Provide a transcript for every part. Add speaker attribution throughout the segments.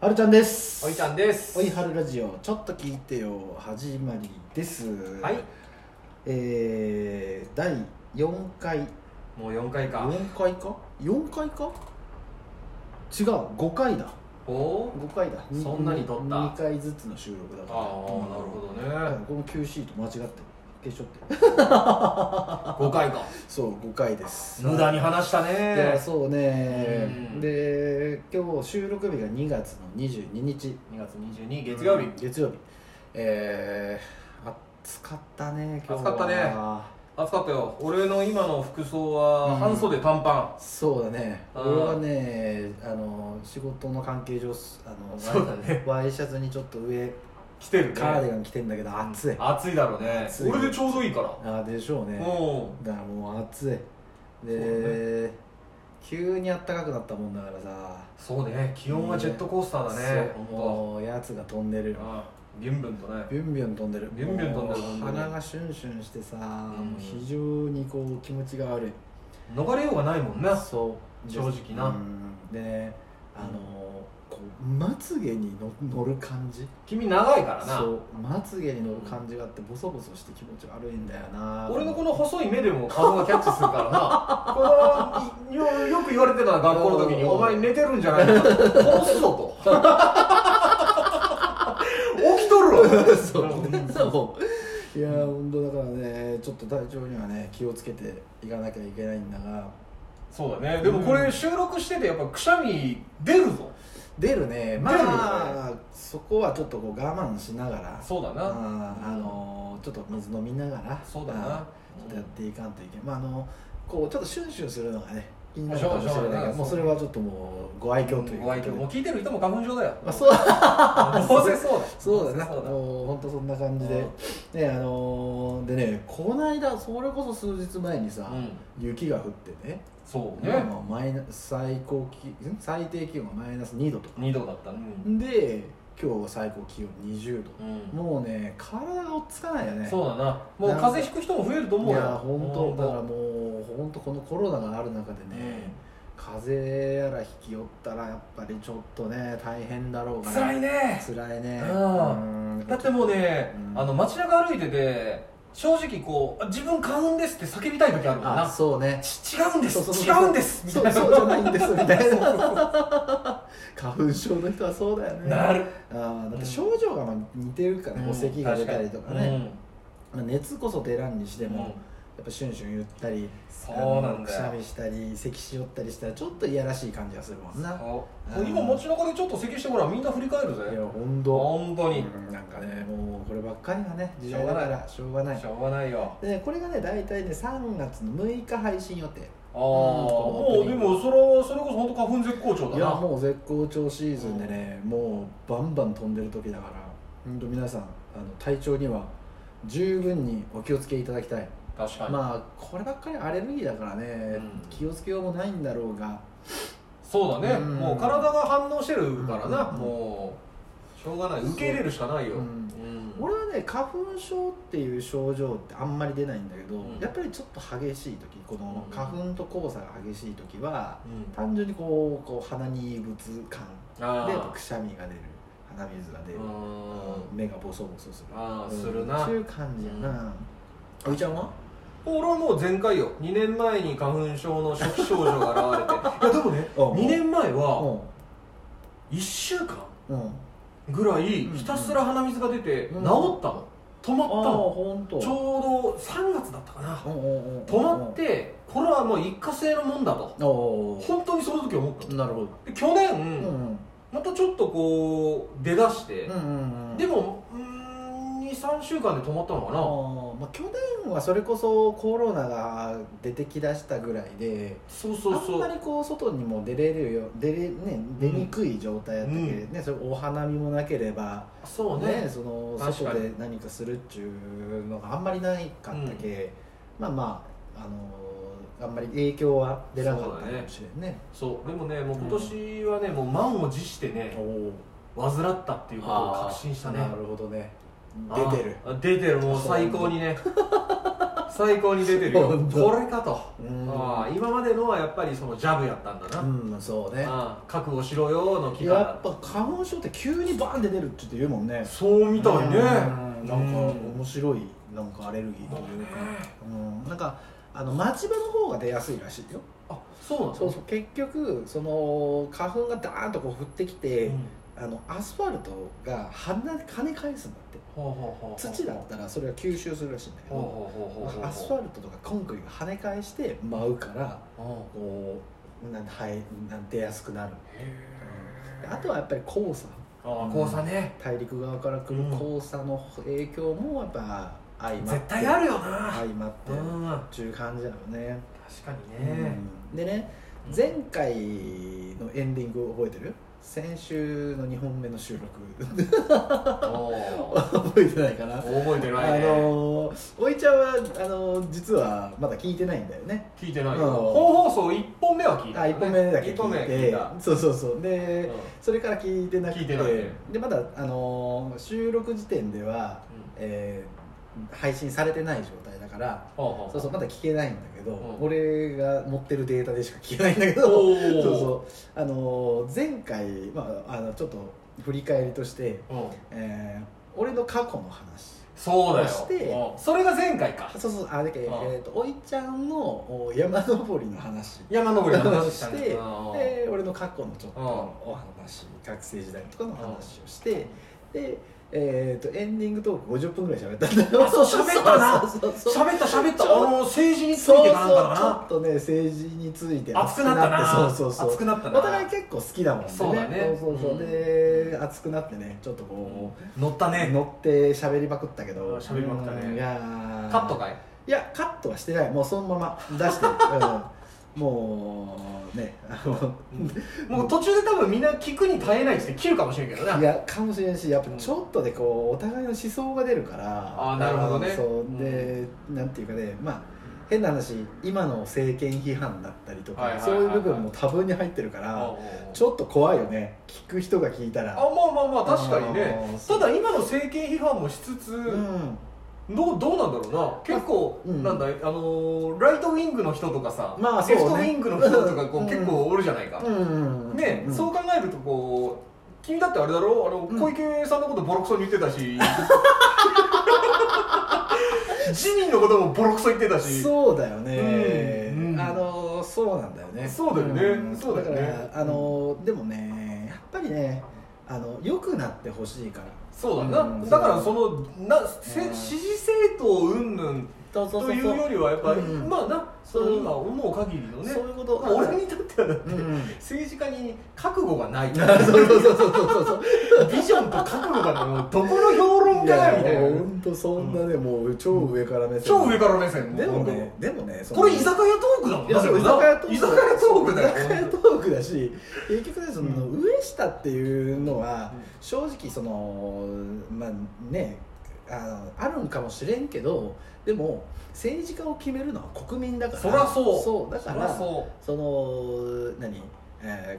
Speaker 1: はるちゃんです
Speaker 2: おいちゃんです
Speaker 1: おいはるラジオちょっと聞いてよ始まりです
Speaker 2: はい
Speaker 1: えー、第4回
Speaker 2: もう4回か
Speaker 1: 4回か4回か違う5回だ
Speaker 2: おお
Speaker 1: 5回だ
Speaker 2: そんなに撮った
Speaker 1: 2回ずつの収録だ
Speaker 2: ああ
Speaker 1: か
Speaker 2: な
Speaker 1: ら
Speaker 2: るほ
Speaker 1: う
Speaker 2: ど
Speaker 1: ん
Speaker 2: ね
Speaker 1: この Q シート間違ってる消しと ってる
Speaker 2: 5回か
Speaker 1: そう5回です
Speaker 2: 無駄に話した
Speaker 1: いや
Speaker 2: ね
Speaker 1: そうね
Speaker 2: うん
Speaker 1: で今日収録日が2月の22日
Speaker 2: 2月22月曜日
Speaker 1: 月曜日えー、暑かったね今日は
Speaker 2: 暑かったね暑かったよ俺の今の服装
Speaker 1: うん
Speaker 2: は半袖短パ
Speaker 1: そうだね
Speaker 2: うん
Speaker 1: 俺はねあの仕事の関係上すあの
Speaker 2: ンそうだね
Speaker 1: ワイワイシャツにちょっと上
Speaker 2: 着てるね
Speaker 1: カーディガン着てんだけど暑い
Speaker 2: 暑いだろうね
Speaker 1: 暑い
Speaker 2: 俺でちょうどいいから
Speaker 1: あーでしょうね
Speaker 2: も
Speaker 1: だからもう暑い
Speaker 2: そう
Speaker 1: で、急に暖かくなったもんだからさ
Speaker 2: うそうね気温はジェットコースターだね
Speaker 1: そう
Speaker 2: 本
Speaker 1: もうやつが飛んでるよ
Speaker 2: 当。ああビュンビュンとね
Speaker 1: ビュンビュン飛んでる
Speaker 2: ビュンビュン飛んでる
Speaker 1: もう鼻がシュンシュンしてさ、
Speaker 2: ん
Speaker 1: もう非常にこう気持ちが悪い
Speaker 2: 逃れようがないもんね
Speaker 1: そう
Speaker 2: 正直な
Speaker 1: うんでねあのーこうまつげにの乗る感じ
Speaker 2: 君長いから
Speaker 1: そ
Speaker 2: な
Speaker 1: うまつげに乗る感じがあってボソボソして気持ち悪いんだよな
Speaker 2: 俺のこの細い目でも顔がキャッチする からなこのいよよく言われてたな学校の時に「
Speaker 1: おー
Speaker 2: お前寝てるんじゃないのか殺す ぞ」と起きとるわ
Speaker 1: そう
Speaker 2: うん
Speaker 1: そういやー本当だからねちょっと体調にはね気をつけていかなきゃいけないんだが
Speaker 2: そうだねでもこれ収録しててやっぱくしゃみ出るぞ
Speaker 1: 出るねま
Speaker 2: 出る
Speaker 1: あそこはちょっとこう我慢しながら
Speaker 2: そうだな
Speaker 1: あーあのーちょっと水飲みながら
Speaker 2: そうだ
Speaker 1: あ
Speaker 2: な
Speaker 1: ーちょっとやっていかんといけない、まああのこうちょっとシュンシュンするのがね気になるかもしれ
Speaker 2: しょうが
Speaker 1: ない
Speaker 2: な
Speaker 1: けど
Speaker 2: いな
Speaker 1: もうそれはちょっともうご愛嬌という
Speaker 2: ご愛嬌もう聞いてる人も花粉症だ よ
Speaker 1: まあ、そう
Speaker 2: どうせそうだ
Speaker 1: そうだな
Speaker 2: どうせそう
Speaker 1: もう本当そんな感じでねあのーでねこの間それこそ数日前にさ、
Speaker 2: だうん
Speaker 1: 雪が降ってね
Speaker 2: そう
Speaker 1: 今
Speaker 2: ね
Speaker 1: もマイナ最高気ん最低気温がマイナス2度とか
Speaker 2: 2度だったうん
Speaker 1: で今日最高気温20度
Speaker 2: うん
Speaker 1: もうね体が落ち着かないよね
Speaker 2: そうだなもう風邪ひく人も増えると思
Speaker 1: いう
Speaker 2: よ
Speaker 1: や本当だからもう本当このコロナがある中でね、風邪やら引き寄ったらやっぱりちょっとね大変だろうから
Speaker 2: 辛いね
Speaker 1: 辛いね
Speaker 2: うん
Speaker 1: うん
Speaker 2: だってもうね、
Speaker 1: うん
Speaker 2: あの街中歩いてて正直こうあ自分買うんですって叫びたい時あるもん
Speaker 1: あ
Speaker 2: な
Speaker 1: そうね
Speaker 2: ち違うんです
Speaker 1: そうそうそう
Speaker 2: 違うんですみたい
Speaker 1: そう
Speaker 2: な
Speaker 1: そうじゃないんですみたいな花粉症の人はそうだよね
Speaker 2: なる
Speaker 1: あーだって症状がまあ似てるからね、
Speaker 2: うん
Speaker 1: お咳が出たりとかね、
Speaker 2: うん
Speaker 1: まあ、熱こそ出らんにして
Speaker 2: で
Speaker 1: も、
Speaker 2: も
Speaker 1: やっぱシュンシュン言ったり
Speaker 2: そうな
Speaker 1: あの
Speaker 2: ん
Speaker 1: く
Speaker 2: だ
Speaker 1: しゃ
Speaker 2: よ
Speaker 1: みしたり咳しよったりしたらちょっといやらしい感じがするもんな
Speaker 2: そう
Speaker 1: うん
Speaker 2: 今街中でちょっと咳してほらみんな振り返る
Speaker 1: い
Speaker 2: ぜ
Speaker 1: や本当
Speaker 2: 本当に
Speaker 1: うんなんかねもうこればっかりがね時代だからしょうがない
Speaker 2: しょうがないよ
Speaker 1: でこれがね大体ね3月の6日配信予定
Speaker 2: ああもうでもそれはそれこそ本当花粉絶好調だ
Speaker 1: いや
Speaker 2: な
Speaker 1: もう絶好調シーズンでね、もうバンバン飛んでる時だから本当皆さんあの体調には十分にお気をつけいただきたい、
Speaker 2: 確かに、
Speaker 1: まあこればっかりアレルギーだからね、
Speaker 2: ん
Speaker 1: 気をつけようもないんだろうが
Speaker 2: そうだね、
Speaker 1: うん
Speaker 2: もう体が反応してるからな、
Speaker 1: うん
Speaker 2: もうしょうがない受け入れるしかないよ、
Speaker 1: うん
Speaker 2: うん
Speaker 1: 俺はね花粉症っていう症状ってあんまり出ないんだけど、
Speaker 2: うん
Speaker 1: やっぱりちょっと激しい時この
Speaker 2: うん
Speaker 1: 花粉と黄砂が激しい時は
Speaker 2: うん
Speaker 1: 単純にこうこう鼻に異物感
Speaker 2: あ
Speaker 1: で
Speaker 2: あ
Speaker 1: くしゃみが出る鼻水が出る、
Speaker 2: うん
Speaker 1: 目がボソボソする
Speaker 2: ああ
Speaker 1: うん
Speaker 2: するな
Speaker 1: そういう感じやな、おいちゃんは
Speaker 2: 俺はもう前回よ2年前に花粉症の初期症状が現 れていやでもね
Speaker 1: うん
Speaker 2: 2年前は
Speaker 1: う
Speaker 2: 1週間
Speaker 1: んうん
Speaker 2: ぐらい
Speaker 1: うん
Speaker 2: ひたすら鼻水が出て治
Speaker 1: う
Speaker 2: った
Speaker 1: ん
Speaker 2: の止ま
Speaker 1: あ
Speaker 2: っ
Speaker 1: あ
Speaker 2: たの
Speaker 1: 本当
Speaker 2: ちょうど3月だったかな
Speaker 1: うんうんうん
Speaker 2: 止まってこれはもう一過性のもんだと
Speaker 1: おお
Speaker 2: 本当にその時思ったの
Speaker 1: なるほど
Speaker 2: で去
Speaker 1: うん
Speaker 2: 年
Speaker 1: うん
Speaker 2: またちょっとこう出だして
Speaker 1: うんうんうん
Speaker 2: でも23週間で止まったのか
Speaker 1: あ
Speaker 2: な
Speaker 1: あまあ去年はそれこそコロナが出てきだしたぐらいで
Speaker 2: そうそうそう
Speaker 1: あんまりこう外にも出れるよ出れ、ね、出にくい状態やったけど、
Speaker 2: うん
Speaker 1: ね、それお花見もなければ、
Speaker 2: そう
Speaker 1: ね、
Speaker 2: ね
Speaker 1: その
Speaker 2: 確かに
Speaker 1: 外で何かするっちゅうのがあんまりないかったけ、まあまあ、あのーあんまり影響は出なかったかもしれんね
Speaker 2: そうでもねもう今年はねもう満を持してね、患ったっていうことを確信したね
Speaker 1: なるほどね出てる
Speaker 2: あ出てるもう最高にね最高に出てるよ
Speaker 1: ほんと
Speaker 2: これかと、
Speaker 1: うん
Speaker 2: ああ今までのはやっぱりそのジャブやったんだな、
Speaker 1: うんそうね
Speaker 2: ああ覚悟しろよの期間だ
Speaker 1: やっぱ花粉症って急にバーンって出るって言って言うもんね
Speaker 2: そうみたい
Speaker 1: う
Speaker 2: ね
Speaker 1: んなんか
Speaker 2: うん
Speaker 1: 面白いなんかアレルギーというか、うん、なんかあの町場の方が出やすいらしいよ
Speaker 2: あそうなの
Speaker 1: そうそう結局その花粉がダーンとこう降ってきて、
Speaker 2: うん
Speaker 1: あのアスファルトが鼻で跳ね返すんだって
Speaker 2: ほうほうほうほう
Speaker 1: 土だったらそれは吸収するらしいんだけ
Speaker 2: ほう
Speaker 1: ど
Speaker 2: ほうほうほうほう
Speaker 1: アスファルトとかコンクリが跳ね返して舞うから
Speaker 2: うん
Speaker 1: こうなんはいなん出やすくなる
Speaker 2: へえ
Speaker 1: あとはやっぱり黄砂
Speaker 2: ああ交差ね
Speaker 1: 大陸側から来る黄砂の影響もやっぱ相まって
Speaker 2: 絶対あるよ
Speaker 1: 相
Speaker 2: な
Speaker 1: まって
Speaker 2: う
Speaker 1: っ
Speaker 2: ん
Speaker 1: ていう感じなのね、
Speaker 2: 確かにね
Speaker 1: うんでね前回のエンディング覚えてる先週の2本目の収録
Speaker 2: おー
Speaker 1: 覚えてないかな
Speaker 2: 覚えて
Speaker 1: あ
Speaker 2: ないね
Speaker 1: のー、おいちゃんはあのー実はまだ聞いてないんだよね
Speaker 2: 聞いてない
Speaker 1: うん
Speaker 2: よ本放送一本目は聞い
Speaker 1: あ
Speaker 2: たよね
Speaker 1: 1本目だけ
Speaker 2: 一本目
Speaker 1: 聞
Speaker 2: はい聞
Speaker 1: て
Speaker 2: いた
Speaker 1: そうそうそうで、
Speaker 2: うん
Speaker 1: それから聞いてなくて
Speaker 2: 聞いてないね
Speaker 1: でまだ、あのー収録時点では、えー配信されてない状態だから
Speaker 2: ほうほう
Speaker 1: そうそうまだ聞けないんだけど、
Speaker 2: うん
Speaker 1: 俺が持ってるデータでしか聞けないんだけど
Speaker 2: お
Speaker 1: そう
Speaker 2: ー
Speaker 1: そうあのー前回、まあ、あのちょっと振り返りとして、
Speaker 2: うん
Speaker 1: えー俺の過去の話
Speaker 2: そうだよ
Speaker 1: そして
Speaker 2: うんそれが前回か
Speaker 1: そうそうあだけ
Speaker 2: うん
Speaker 1: えー、とおいちゃんのお山登りの話
Speaker 2: 山登りの話した
Speaker 1: して
Speaker 2: ねうん
Speaker 1: で俺の過去のちょっと
Speaker 2: うん
Speaker 1: お話学生時代とかの話をしてでえー、とエンディングトーク50分ぐらい喋ったんだよ
Speaker 2: あそう喋ったな
Speaker 1: そうそうそうそう
Speaker 2: 喋った喋った
Speaker 1: ちょ
Speaker 2: あの政治につい
Speaker 1: そうそう
Speaker 2: て
Speaker 1: ち
Speaker 2: かなんか
Speaker 1: ょ
Speaker 2: だ
Speaker 1: っとね政治について
Speaker 2: な熱くなったな
Speaker 1: 熱くそうそうそう
Speaker 2: 熱くなったな
Speaker 1: お互い結構好きだもんね
Speaker 2: そうだね
Speaker 1: そうそうそう
Speaker 2: うん
Speaker 1: で熱くなってねちょっとこ
Speaker 2: 乗った
Speaker 1: う、
Speaker 2: ね
Speaker 1: 乗って喋りまくったけど
Speaker 2: 喋りまくったね
Speaker 1: うんいやー
Speaker 2: カットかい
Speaker 1: いやカットはしてないもうそのまま出 してる、うん、もうねあの
Speaker 2: もう途中で多分みんな聞くに耐えないっつって切るかもしれんけどない
Speaker 1: やかもしれんしやっぱ
Speaker 2: うん
Speaker 1: ちょっとでこうお互いの思想が出るから
Speaker 2: あーなるほどね
Speaker 1: そうで、なんていうかねまあ変な話今の政権批判だったりとか、
Speaker 2: はいはいはい
Speaker 1: そう
Speaker 2: はい
Speaker 1: いう部分も多分に入ってるから、ち
Speaker 2: ょ
Speaker 1: ょっと怖いよね聞く人が聞いた
Speaker 2: あ
Speaker 1: ら
Speaker 2: まあまあまあ確かにね
Speaker 1: あーそ
Speaker 2: た
Speaker 1: う
Speaker 2: だ今の政権批判もしつつ、
Speaker 1: うん
Speaker 2: どうどうなんだろうな結構、
Speaker 1: うん
Speaker 2: なんだあのーライトウィングの人とかさ、
Speaker 1: まあそう
Speaker 2: レ
Speaker 1: ね
Speaker 2: フトウィングの人とかこう、
Speaker 1: うん
Speaker 2: 結構おるじゃないか、
Speaker 1: うん
Speaker 2: ね、
Speaker 1: うん
Speaker 2: そう考えるとこう君だってあれだろあの、
Speaker 1: うん
Speaker 2: 小池さんのことボロクソに言ってた し自民のこともボロクソ言ってたし
Speaker 1: そうだよね、
Speaker 2: うんうん
Speaker 1: あのそうなんだよね
Speaker 2: そうだよね
Speaker 1: ん
Speaker 2: そうだよね
Speaker 1: からあのでもねやっぱりねあの良くなってほしいから
Speaker 2: そうだな、
Speaker 1: うん
Speaker 2: だからそのな、せ
Speaker 1: うん
Speaker 2: 支持政党云々
Speaker 1: そうそ
Speaker 2: というよりはやっぱり、
Speaker 1: うん
Speaker 2: まあなそ
Speaker 1: うん
Speaker 2: の今思う限りのね
Speaker 1: そういうこと
Speaker 2: 俺にとってはだっ て、
Speaker 1: うん
Speaker 2: 政治家に覚悟がない
Speaker 1: そうそうそうそうそうそう
Speaker 2: ビジョンと覚悟がないもうどこの評論家やみたいな
Speaker 1: 本当そんなね、もう超上から目線
Speaker 2: 超上から目線
Speaker 1: でもねでもねその
Speaker 2: これ居酒屋トークだもん
Speaker 1: いやそう居酒屋トーク
Speaker 2: 居酒屋トークだ
Speaker 1: 居酒屋
Speaker 2: よ
Speaker 1: トークだし結局ねその、
Speaker 2: う
Speaker 1: 上下っていうのは
Speaker 2: うん
Speaker 1: 正直そのまあねあのあるんかもしれんけどでも政治家を決めるのは国民だから
Speaker 2: そらそう
Speaker 1: そうだ
Speaker 2: そ
Speaker 1: か
Speaker 2: りゃ
Speaker 1: ら
Speaker 2: そ
Speaker 1: その何、え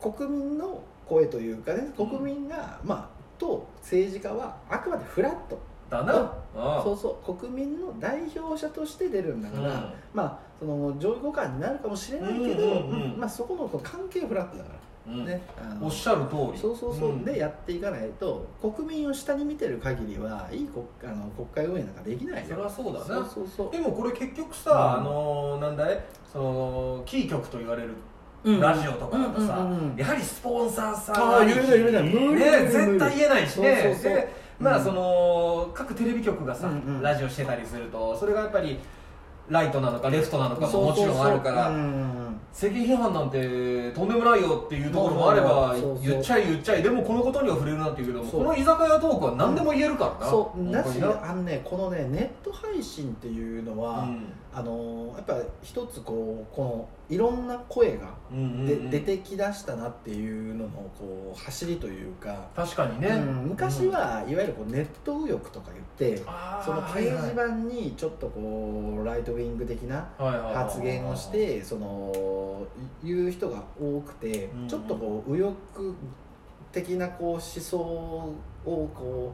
Speaker 1: ー国民の声というかね国民が、まあと政治家はあくまでフラット
Speaker 2: うだな
Speaker 1: うん
Speaker 2: あ
Speaker 1: そうそう国民の代表者として出るんだから、まあその上位互換になるかもしれないけど、
Speaker 2: うんうんうん
Speaker 1: まあ、そこの関係フラットだか
Speaker 2: うん
Speaker 1: ら、ねあ
Speaker 2: お
Speaker 1: の
Speaker 2: っしゃる通り
Speaker 1: そうそうそう、
Speaker 2: ん
Speaker 1: でやっていかないと国民を下に見てる限りはいい国あの国会運営なんかできない
Speaker 2: そ
Speaker 1: よ
Speaker 2: りゃそうだ
Speaker 1: そう
Speaker 2: な
Speaker 1: そうそう
Speaker 2: でもこれ結局
Speaker 1: うん
Speaker 2: さあのーなんだいそのキー局と言われる
Speaker 1: うん
Speaker 2: ラジオとかだとさ、
Speaker 1: うんうんうんうん
Speaker 2: やはりスポンサーさ
Speaker 1: あー言えない言えない無理無理無
Speaker 2: ね、
Speaker 1: 理
Speaker 2: 絶対言えないしね
Speaker 1: そうそうそう
Speaker 2: でま
Speaker 1: う
Speaker 2: あ
Speaker 1: ん
Speaker 2: その各テレビ局がさ、
Speaker 1: うんうん
Speaker 2: ラジオしてたりするとそれがやっぱりライトなのかレフトなのか
Speaker 1: そ
Speaker 2: も
Speaker 1: う
Speaker 2: もちろんあるから
Speaker 1: そうそううん
Speaker 2: 政権批判なんてとんでもないよっていうところもあれば
Speaker 1: そうそうそう
Speaker 2: 言っちゃい言っちゃいでもこのことには触れるなっていうけども
Speaker 1: そう
Speaker 2: この居酒屋トークは何でも言えるからな、
Speaker 1: そうだ
Speaker 2: 本当
Speaker 1: し
Speaker 2: に
Speaker 1: ね
Speaker 2: な
Speaker 1: あのねこのねネット配信っていうのは、
Speaker 2: うん
Speaker 1: あのやっぱ一つこうこのいろんな声が
Speaker 2: うんうんう
Speaker 1: で、
Speaker 2: ん
Speaker 1: 出てきだしたなっていうののこう走りというか、
Speaker 2: 確かにね、
Speaker 1: うん昔はいわゆるこうネット右翼とか言って、
Speaker 2: あー
Speaker 1: その掲示板にちょっとこうライトウィング的な
Speaker 2: はいはいはいはい
Speaker 1: 発言をしてそのい言う人が多くて、
Speaker 2: うんうん
Speaker 1: ちょっとこう右翼的なこう思想をこ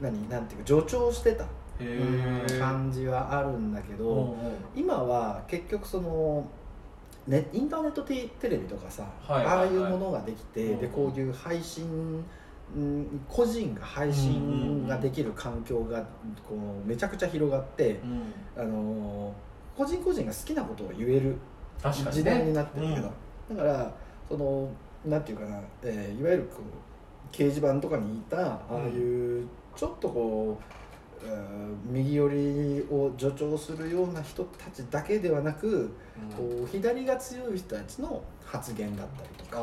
Speaker 1: う何なんていうか助長してた
Speaker 2: へえ
Speaker 1: 感じはあるんだけど、
Speaker 2: うんうん
Speaker 1: 今は結局その、ね、インターネットテテレビとかさ、
Speaker 2: はいはいはい
Speaker 1: ああいうものができて、
Speaker 2: うん
Speaker 1: でこういう配信うん個人が配信ができる環境がこうめちゃくちゃ広がって、
Speaker 2: うん
Speaker 1: あのー個人個人が好きなことを言える
Speaker 2: 確かに
Speaker 1: 時代に
Speaker 2: ね
Speaker 1: なってるけど、だからそのなんていうかな、えーいわゆるこう掲示板とかにいたああいうちょっとこう、えー右寄りを助長するような人たちだけではなく、
Speaker 2: うん
Speaker 1: こう左が強い人たちの発言だったりと
Speaker 2: あ
Speaker 1: か、
Speaker 2: ー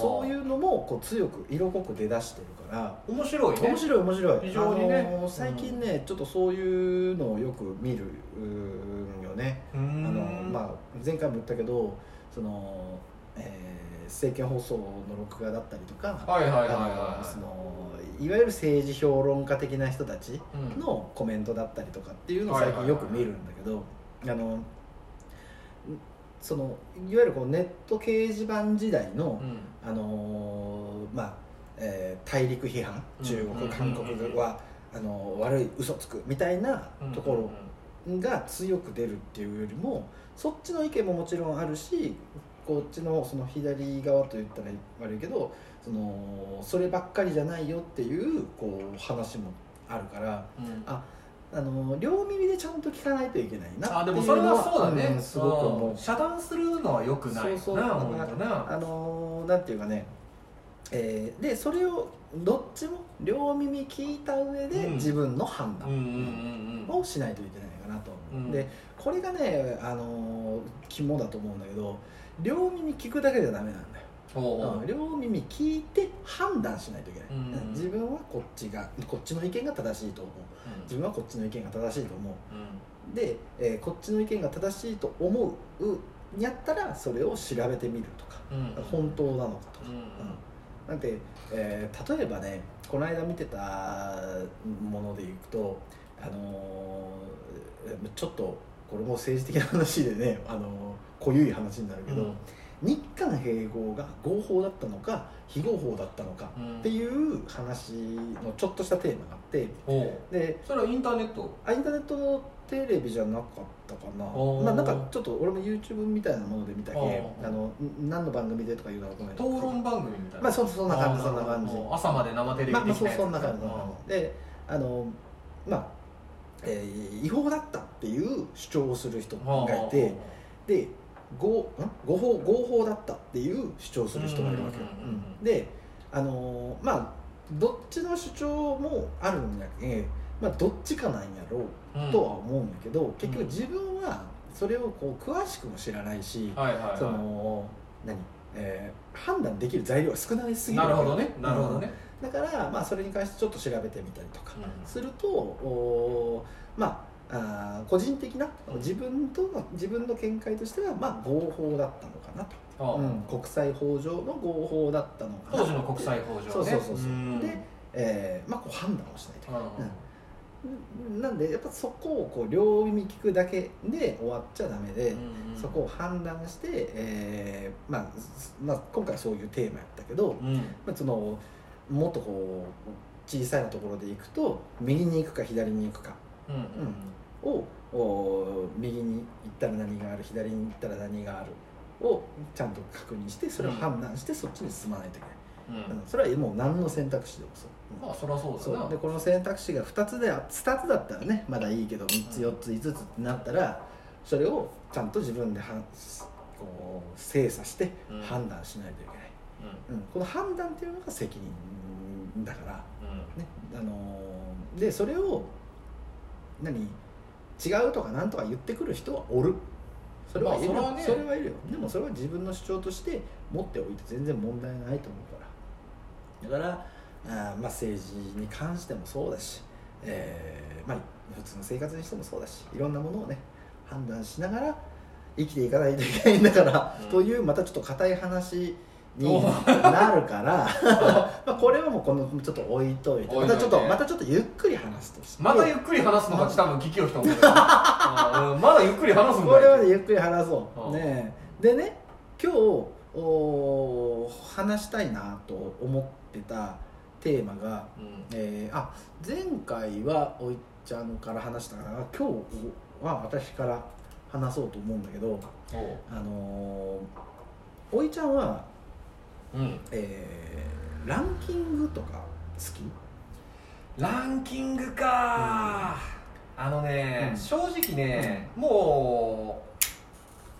Speaker 1: そういうのもこう強く色濃く出だしてるから。
Speaker 2: 面白いね
Speaker 1: 面白い面白い
Speaker 2: 非常にね
Speaker 1: あのー最近ね、ちょっとそういうのをよく見るうんよね
Speaker 2: あ
Speaker 1: あの、まあ、前回も言ったけどその、えー政見放送の録画だったりとか、
Speaker 2: はいはいはい
Speaker 1: あ
Speaker 2: は
Speaker 1: の
Speaker 2: い
Speaker 1: そのいわゆる政治評論家的な人たち
Speaker 2: うん
Speaker 1: のコメントだったりとかっていうのを最近よく見るんだけど、あのんそのいわゆるこうネット掲示板時代の、
Speaker 2: うん
Speaker 1: あのーまあえー大陸批判
Speaker 2: うん
Speaker 1: 中
Speaker 2: う
Speaker 1: 国、
Speaker 2: ん
Speaker 1: 韓国は、あのー悪い嘘つくみたいなところが強く出るっていうよりもそっちの意見ももちろんあるしこっちのその左側と言ったら悪いけどそのそればっかりじゃないよっていうこう話もあるから
Speaker 2: うんうんうん
Speaker 1: ああの両耳でちゃんと聞かないといけないな
Speaker 2: あ
Speaker 1: って
Speaker 2: で
Speaker 1: いうの
Speaker 2: もそれはそうだね、
Speaker 1: んすごく思
Speaker 2: う。
Speaker 1: うん
Speaker 2: 遮断するのは良くないよな
Speaker 1: そうそう
Speaker 2: ほんと
Speaker 1: あ
Speaker 2: な
Speaker 1: のーなんていうかね、えーでそれをどっちも両耳聞いた上で
Speaker 2: うん
Speaker 1: 自分の判
Speaker 2: うんう
Speaker 1: 断
Speaker 2: んうんうん
Speaker 1: をしないといけないかなと思う、
Speaker 2: うん
Speaker 1: でこれがね、あのー肝だと思うんだけど両耳聞くだけじゃダメなんだよ、
Speaker 2: ほうほ
Speaker 1: うん
Speaker 2: う
Speaker 1: 両耳聞いて判断しないといけない、
Speaker 2: うん
Speaker 1: うん自分はこっちがこっちの意見が正しいと思う自分はこっちの意見が正しいと思う
Speaker 2: う
Speaker 1: で、えーこっちの意見が正しいと思うやったらそれを調べてみるとか
Speaker 2: んうんうん
Speaker 1: 本当なのかとか、
Speaker 2: うん
Speaker 1: うんなんて、えー例えばねこの間見てたものでいくと、あのーちょっとこれも政治的な話でね、あのー濃ゆい話になるけど、
Speaker 2: うん
Speaker 1: 日韓併合が合法だったのか非合法だったのか
Speaker 2: うん
Speaker 1: っていう話のちょっとしたテーマがあって
Speaker 2: ほう
Speaker 1: で
Speaker 2: それはインターネット
Speaker 1: あインターネットテレビじゃなかったかな
Speaker 2: おー
Speaker 1: まあなんかちょっと俺も YouTube みたいなもので見たけ
Speaker 2: お
Speaker 1: あ
Speaker 2: ー
Speaker 1: のん何の番組でとか言うのはごめん
Speaker 2: 討論番組みたいな
Speaker 1: まあそそんな感じ
Speaker 2: あー
Speaker 1: そんな感じ
Speaker 2: もう朝まで生テレビ
Speaker 1: まあ、まあ
Speaker 2: でき
Speaker 1: そう
Speaker 2: ない
Speaker 1: そんな感じそんな感じであのまあ、えー違法だったっていう主張をする人がいてで合ん合法合法だったっていう主張をする人がいるわけよ
Speaker 2: うんうんうんうん
Speaker 1: うんであのーまあどっちの主張もあるんだけど、まあ、どっちかなんやろうとは思うんだけど、結局自分はそれをこう詳しくも知らないし、
Speaker 2: はいはいはい
Speaker 1: その何、えー判断できる材料が少ないすぎる
Speaker 2: な
Speaker 1: わけ
Speaker 2: るほどねなるほどね
Speaker 1: だから、まあ、それに関してちょっと調べてみたりとか
Speaker 2: うん
Speaker 1: すると、おーまああー個人的な
Speaker 2: うん
Speaker 1: 自分との自分の見解としては、まあ、合法だったのかなと、
Speaker 2: あ
Speaker 1: うん国際法上の合法だったのかな
Speaker 2: 当時の国際法上ね
Speaker 1: そうそうそうそう
Speaker 2: うん
Speaker 1: でえーまあ、こう判断をしないと
Speaker 2: うん
Speaker 1: なんでやっぱそこをこう両耳聞くだけで終わっちゃダメで、
Speaker 2: うん
Speaker 1: そこを判断して、えーまあすまあ、今回はそういうテーマやったけど、
Speaker 2: うん
Speaker 1: まあ、そのもっとこう小さいところでいくと右に行くか左に行くか
Speaker 2: うん
Speaker 1: をお右に行ったら何がある左に行ったら何があるをちゃんと確認してそれを判断してそっちに進まないといけ
Speaker 2: うんうん
Speaker 1: ない、うんそれはもう何の選択肢でもそう。うん
Speaker 2: まあそりゃそう
Speaker 1: そ
Speaker 2: だ
Speaker 1: う
Speaker 2: な
Speaker 1: でこの選択肢が2つで2つだったらねまだいいけど3つ4つ5つってなったらそれをちゃんと自分ではんこう精査して
Speaker 2: うん
Speaker 1: 判断しないといけない、
Speaker 2: うん
Speaker 1: うんこの判断っていうのが責任だから、
Speaker 2: うん
Speaker 1: ねあのーでそれを何違うとかなんとか言ってくる人はおるそれはいるよ、
Speaker 2: まあそれはね
Speaker 1: それはいるよでもそれは自分の主張として持っておいて全然問題ないと思うからだからあー、まあ、政治に関してもそうだし、えーまあ、普通の生活にしてもそうだしいろんなものをね判断しながら生きていかないといけないんだから、
Speaker 2: うん
Speaker 1: というまたちょっと硬い話
Speaker 2: お
Speaker 1: になるから。まあ、これはもうこのちょっと置いといてま
Speaker 2: 置いとい
Speaker 1: た
Speaker 2: て
Speaker 1: ちょっとまたちょっとゆっくり話すとして
Speaker 2: まだゆっくり話すのが多分聞きよ人も いるあーまだゆっくり話すんだ
Speaker 1: これは
Speaker 2: よ
Speaker 1: ねゆっくり話そううんねえでね今日お話したいなと思ってたテーマが、
Speaker 2: うん
Speaker 1: えーあ前回はおいちゃんから話したから今日は私から話そうと思うんだけど
Speaker 2: おう
Speaker 1: あのーおいちゃんは、
Speaker 2: うん
Speaker 1: えーランキングとか好き
Speaker 2: ランキングかあのね、
Speaker 1: うん
Speaker 2: 正直ね、もう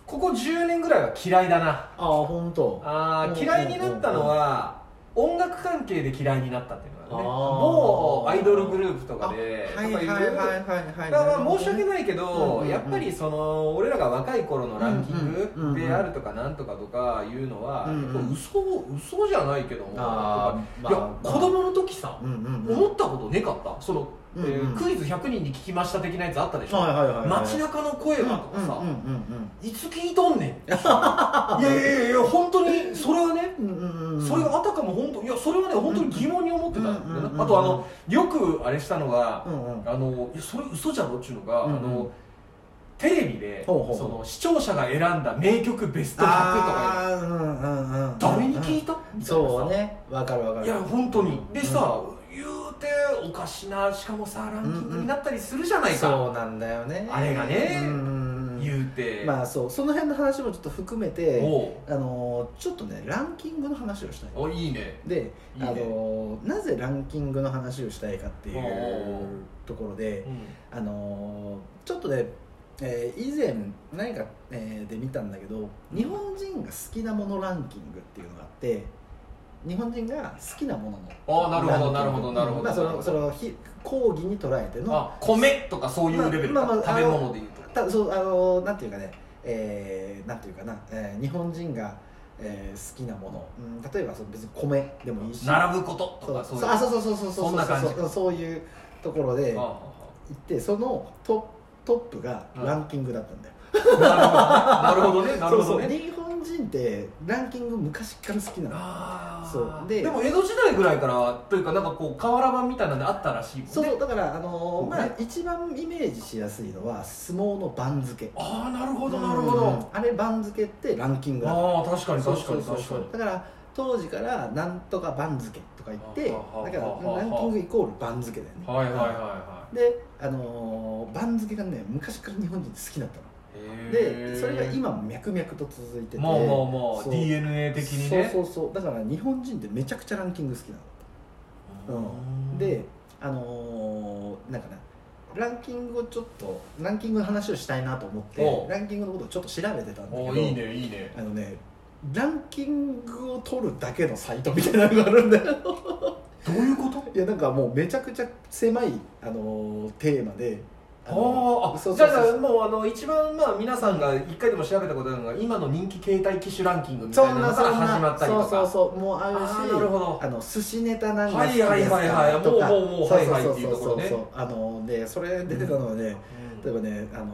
Speaker 2: ここ10年ぐらいは嫌いだな
Speaker 1: ああ本当
Speaker 2: あー
Speaker 1: うん
Speaker 2: 嫌いになったのは音楽関係で嫌いになったっていうのが
Speaker 1: あー
Speaker 2: ね某アイドルグループとかで
Speaker 1: はいはい
Speaker 2: と
Speaker 1: は
Speaker 2: か
Speaker 1: い
Speaker 2: いう
Speaker 1: はいはい
Speaker 2: だからまあ申し訳
Speaker 1: い
Speaker 2: ないけ
Speaker 1: うん
Speaker 2: ど、
Speaker 1: うんうん
Speaker 2: やっぱりその俺らが若い頃のランキン
Speaker 1: うんうんうん
Speaker 2: グであるとかなんとかとかいうのは、
Speaker 1: うんうん
Speaker 2: やっぱ嘘嘘じゃないけどもとか
Speaker 1: ああ
Speaker 2: いや、子供の時さ、
Speaker 1: うんうんうん
Speaker 2: 思ったことねかったその、えー
Speaker 1: うんうん
Speaker 2: クイズ100人に聞きました的なやつあったでしょ、
Speaker 1: はいはいはいはい
Speaker 2: 街中の声はとかさ、
Speaker 1: うんうん
Speaker 2: いつ聞いとんねん いやいやいや本当にそれはね
Speaker 1: うんうんうんうん
Speaker 2: それがあたかも本当いやそれはね本当に疑問に思ってたんだよね、
Speaker 1: うんうんうんうん
Speaker 2: あとあのよくあれしたのが
Speaker 1: う、んうん
Speaker 2: あのいやそれ嘘じゃろっちゅうのが、
Speaker 1: うんうん
Speaker 2: あのテレビで
Speaker 1: ほうほうほう
Speaker 2: その視聴者が選んだ名曲ベスト100とか
Speaker 1: あーうんうんうん
Speaker 2: 誰に聞いた、みたいなさ
Speaker 1: そうねわかるわかる
Speaker 2: いや本当にで
Speaker 1: う
Speaker 2: さ、言うておかしなしかもさランキングになったりするじゃないか、
Speaker 1: そうなんだよね
Speaker 2: あれがね
Speaker 1: うん
Speaker 2: 言うて、
Speaker 1: まあそうその辺の話もちょっと含めて
Speaker 2: おう
Speaker 1: あのーちょっとねランキングの話をしたい
Speaker 2: おいいね
Speaker 1: で
Speaker 2: いい
Speaker 1: あ
Speaker 2: ね
Speaker 1: のーなぜランキングの話をしたいかってい
Speaker 2: おうおうおう
Speaker 1: うところで
Speaker 2: うん
Speaker 1: あのーちょっとね、えー以前何か、えーで見たんだけど日本人が好きなものランキングっていうのがあって日本人が好きなものの
Speaker 2: あーなるほ
Speaker 1: ランキング
Speaker 2: どなるほどなるほど
Speaker 1: まあ、そのその非講義に捉えての
Speaker 2: あ米とかそういうレベルか、
Speaker 1: まあまあまあ
Speaker 2: 食べ物で言うと
Speaker 1: たそうあのーなんていうかね、えーなんていうかな、えー日本人が、えー好きなもの、うん、例えばその別に米でもいいし
Speaker 2: 並ぶこととかそういう
Speaker 1: あそうそうそうそうそう
Speaker 2: そんな感じ
Speaker 1: そうそうそういうところで
Speaker 2: ああ
Speaker 1: 行ってそのトトップがランキングだったんだよ、
Speaker 2: ああなるほどねなるほ
Speaker 1: そ
Speaker 2: どねなるほど
Speaker 1: うそう
Speaker 2: ね
Speaker 1: 日本人ってランキング昔から好きなの
Speaker 2: あー
Speaker 1: そうで
Speaker 2: でも江戸時代ぐらいからというかなんかこう瓦版みたいなのであったらしいもんね
Speaker 1: そうそうだからあのーまあ
Speaker 2: ね
Speaker 1: 一番イメージしやすいのは相撲の番付
Speaker 2: ああなるほどなるほ
Speaker 1: うん
Speaker 2: ど、
Speaker 1: あれ番付ってランキングだった
Speaker 2: ああ確かに確かに
Speaker 1: そう
Speaker 2: 確
Speaker 1: そ
Speaker 2: か
Speaker 1: う
Speaker 2: に
Speaker 1: そうだから当時からなんとか番付とか言って
Speaker 2: はあはあ
Speaker 1: だ
Speaker 2: はあ
Speaker 1: から
Speaker 2: はあ
Speaker 1: ランキングイコール番付だよね
Speaker 2: はいはいはいは
Speaker 1: で、あのー番付がね昔から日本人好きだったの
Speaker 2: いへー
Speaker 1: でそれが今も脈々と続いてて
Speaker 2: まあまあまあ
Speaker 1: そう
Speaker 2: DNA 的にね
Speaker 1: そうそうそうだから日本人ってめちゃくちゃランキング好きなのうん、であのーなんかなランキングをちょっとランキングの話をしたいなと思って
Speaker 2: おう
Speaker 1: ランキングのことをちょっと調べてたんだけ
Speaker 2: お
Speaker 1: ど
Speaker 2: いいねいいね
Speaker 1: あのねランキングを取るだけのサイトみたいなのがあるんだ よ
Speaker 2: どういうこと
Speaker 1: いやなんかもうめちゃくちゃ狭い、あのーテーマであの
Speaker 2: あ
Speaker 1: そ
Speaker 2: あ
Speaker 1: う
Speaker 2: じ
Speaker 1: そう
Speaker 2: ゃあ
Speaker 1: そう
Speaker 2: もうあの一番まあ皆さんが一回でも調べたことあるのが今の人気携帯機種ランキングみたい
Speaker 1: そ
Speaker 2: なん
Speaker 1: な
Speaker 2: のが
Speaker 1: そんな
Speaker 2: 始まったりとか
Speaker 1: そうそうそうもうあるし
Speaker 2: あーなるほど
Speaker 1: あの寿司ネタなんか
Speaker 2: はいはいはいはい
Speaker 1: とか
Speaker 2: もうもうもう
Speaker 1: そう
Speaker 2: はいはい
Speaker 1: そう
Speaker 2: っていう
Speaker 1: そう
Speaker 2: ところ
Speaker 1: そう
Speaker 2: ね
Speaker 1: そうあのねそれ出てたのはね、
Speaker 2: う
Speaker 1: 例え
Speaker 2: ん
Speaker 1: ばねあの、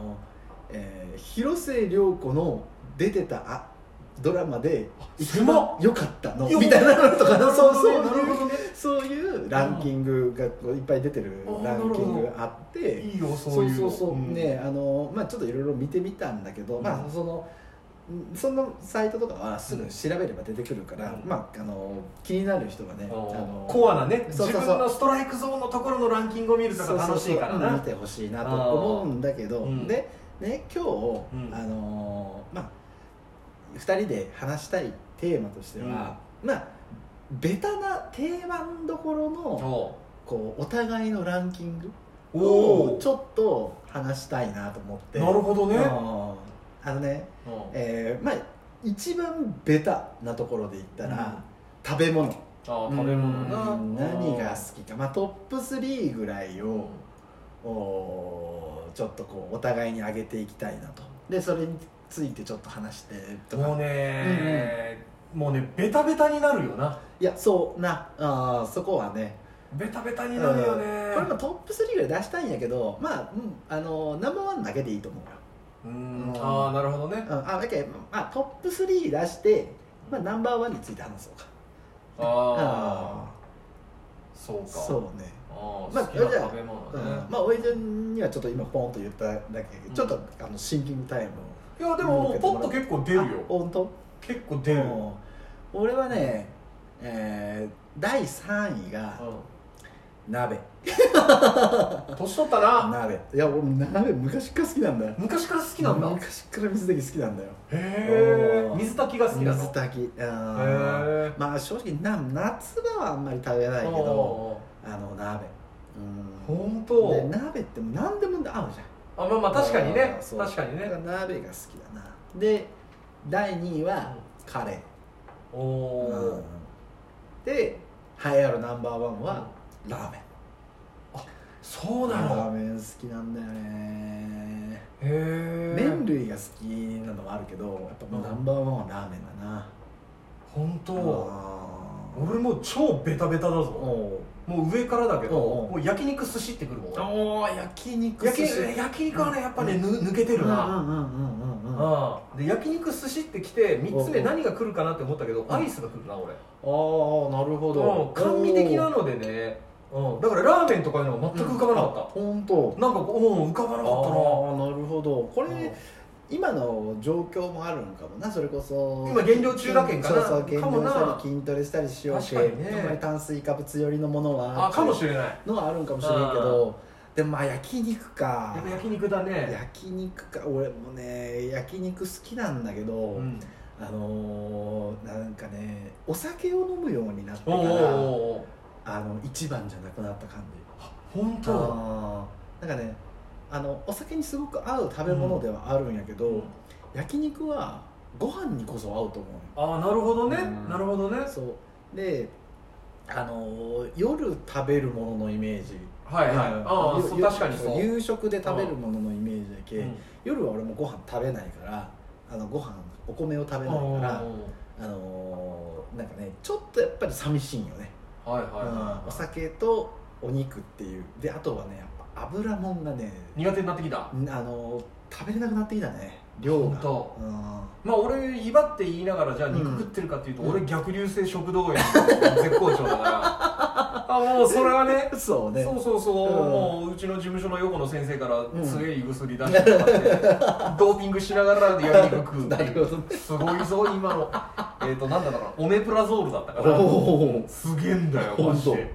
Speaker 1: えー広末涼子の出てたあドラマで一番良かったの
Speaker 2: いや
Speaker 1: みたいなのとか
Speaker 2: なる
Speaker 1: そう
Speaker 2: ほ
Speaker 1: そう
Speaker 2: どね
Speaker 1: いう
Speaker 2: なるほどね
Speaker 1: そういうランキングがこういっぱい出てるランキングがあって
Speaker 2: いいよそ
Speaker 1: そうう
Speaker 2: いう
Speaker 1: そうそう、
Speaker 2: ん
Speaker 1: ねあのまあちょっといろいろ見てみたんだけど、
Speaker 2: うん
Speaker 1: まあそのんそのサイトとかはすぐ調べれば出てくるから、
Speaker 2: うん
Speaker 1: まああの気になる人がね、
Speaker 2: あ
Speaker 1: あの
Speaker 2: のコアなね
Speaker 1: そう
Speaker 2: 自
Speaker 1: そうそう
Speaker 2: 分のストライクゾーンのところのランキングを見るのが楽しいから
Speaker 1: そうそうそううん見
Speaker 2: な
Speaker 1: てほしいなと思うんだけど、
Speaker 2: あーうん
Speaker 1: でね今日、
Speaker 2: ん
Speaker 1: あのーまあ2人で話したいテーマとしては、まあベタな定番どころの
Speaker 2: お
Speaker 1: こうお互いのランキング
Speaker 2: お
Speaker 1: を
Speaker 2: お
Speaker 1: ちょっと話したいなと思って
Speaker 2: なるほどね
Speaker 1: うんあのねえーまあ一番ベタなところで言ったら、
Speaker 2: うん
Speaker 1: 食べ物
Speaker 2: ああ食べ物な
Speaker 1: うん何が好きかまあトップ3ぐらいをおーちょっとこうお互いに上げていきたいなとでそれについてちょっと話してと
Speaker 2: もう
Speaker 1: か
Speaker 2: ねもうねベタベタになるよない
Speaker 1: やそうなあーそこはね
Speaker 2: ベタベタになるよね
Speaker 1: うんこれもトップ3ぐらい出したいんやけどまあ、うん、あのナンバーワンだけでいいと思うよ、
Speaker 2: うん
Speaker 1: うん
Speaker 2: ああなるほどね
Speaker 1: うん、あだけどまあトップ3出して、まあ、ナンバーワンについて話そうか
Speaker 2: ああそうか
Speaker 1: そうね
Speaker 2: ああ
Speaker 1: まあ
Speaker 2: 好きな食べ物
Speaker 1: うん
Speaker 2: ね
Speaker 1: まあおいちゃんにはちょっと今ポンと言っただけだけど、
Speaker 2: うん
Speaker 1: ちょっとあのシンキングタイムを
Speaker 2: いやでももうポッと結構出るよ
Speaker 1: あ本当
Speaker 2: 結構出る
Speaker 1: うん俺はね、えー第3位が鍋
Speaker 2: うん年取ったな
Speaker 1: 鍋いや俺鍋昔から好きなんだよ
Speaker 2: 昔から好きなんだへ
Speaker 1: 昔から水炊き好きなんだよ
Speaker 2: え
Speaker 1: うん
Speaker 2: 水炊きが好きなの
Speaker 1: 水炊きあー
Speaker 2: へえ
Speaker 1: まあ正直な夏場はあんまり食べないけどあの鍋うんで
Speaker 2: 本当
Speaker 1: 鍋ってもう何でも合うじゃん
Speaker 2: あまあまあ確かにね
Speaker 1: あーそう
Speaker 2: 確かに
Speaker 1: だ
Speaker 2: ね
Speaker 1: から鍋が好きだなで第2位はカレ
Speaker 2: お
Speaker 1: ー、うん
Speaker 2: お
Speaker 1: で栄えあるナンバーワンはラーメン
Speaker 2: そうな
Speaker 1: ラー
Speaker 2: の
Speaker 1: メン好きなんだよね
Speaker 2: へえ
Speaker 1: 麺類が好きなのもあるけどやっぱもうナンバーワンはラーメンだな
Speaker 2: 本当
Speaker 1: あー
Speaker 2: 俺もう超ベタベタだぞ
Speaker 1: お
Speaker 2: もう上からだけど
Speaker 1: おうおう
Speaker 2: もう焼肉寿司ってくるもん俺
Speaker 1: おー焼肉
Speaker 2: 焼
Speaker 1: 寿司
Speaker 2: き焼肉はねやっぱね
Speaker 1: うん
Speaker 2: ぬ抜けてるな
Speaker 1: うんうんうんうんうんうんあ
Speaker 2: うんで焼肉寿司って来て3つ
Speaker 1: う
Speaker 2: 目
Speaker 1: んうん
Speaker 2: 何が来るかなって思ったけどアイスが来るな俺
Speaker 1: ーなるほ
Speaker 2: うん
Speaker 1: ど
Speaker 2: 甘味的なのでねうんだからラーメンとかいうのは全く浮かばなかっ
Speaker 1: 本当
Speaker 2: たなんかこううん浮かば
Speaker 1: あ
Speaker 2: な
Speaker 1: あ
Speaker 2: かっ
Speaker 1: ーなるほどこ
Speaker 2: たな
Speaker 1: れ今の状況もあるんかもなそれこそ
Speaker 2: 今減量中だけんか
Speaker 1: そ
Speaker 2: な
Speaker 1: うそう減
Speaker 2: かも
Speaker 1: 量した
Speaker 2: な
Speaker 1: り筋トレしたりしようし、
Speaker 2: 確かにね
Speaker 1: あんまり炭水化物寄りのものは
Speaker 2: あかもしれない
Speaker 1: のはあるんかもしれんけどでもまあ焼肉か
Speaker 2: やっぱ焼肉だね
Speaker 1: 焼肉か俺もね焼肉好きなんだけど、
Speaker 2: うん
Speaker 1: あのーなんかねお酒を飲むようになってか
Speaker 2: おう
Speaker 1: ら
Speaker 2: おうおう
Speaker 1: あの一番じゃなくなった感じ
Speaker 2: 本当
Speaker 1: あーなんかねあのお酒にすごく合う食べ物ではあるんやけど、焼肉はご飯にこそ合うと思うのよ
Speaker 2: ああなるほどね
Speaker 1: うん
Speaker 2: なるほどね
Speaker 1: そうであのー夜食べるもののイメージ
Speaker 2: はいはい
Speaker 1: うん
Speaker 2: ああ
Speaker 1: ゆ
Speaker 2: そう
Speaker 1: ゆ
Speaker 2: 確かにそう
Speaker 1: そう夕食で食べるもののイメージだけ、
Speaker 2: うん
Speaker 1: 夜は俺もご飯食べないからあのご飯お米を食べないから
Speaker 2: うん
Speaker 1: あのーなんかねちょっとやっぱり寂しいんよね、
Speaker 2: はいはい
Speaker 1: うん
Speaker 2: は
Speaker 1: お酒とお肉っていうであとはねやっぱ油もんがね
Speaker 2: い苦手になってきた
Speaker 1: んあのー食べれなくなってきたね量が
Speaker 2: ほ
Speaker 1: うん
Speaker 2: まあ俺威張って言いながらじゃあ肉
Speaker 1: うん
Speaker 2: 食ってるかっていうと、
Speaker 1: うん
Speaker 2: 俺逆流性食道炎絶好調 だからあもうそれはね
Speaker 1: そうね
Speaker 2: そうそうそう、
Speaker 1: うん
Speaker 2: もううちの事務所の横の先生から
Speaker 1: うん
Speaker 2: 強い胃薬出してもらって、 ドーピングしながら焼肉食うって
Speaker 1: なる
Speaker 2: い
Speaker 1: ほど
Speaker 2: うすごいぞ今のえっ、となんだろうなオメプラゾールだったか
Speaker 1: お
Speaker 2: ら
Speaker 1: お
Speaker 2: すげえんだよ
Speaker 1: ほ
Speaker 2: マ
Speaker 1: ん
Speaker 2: ジ
Speaker 1: と
Speaker 2: で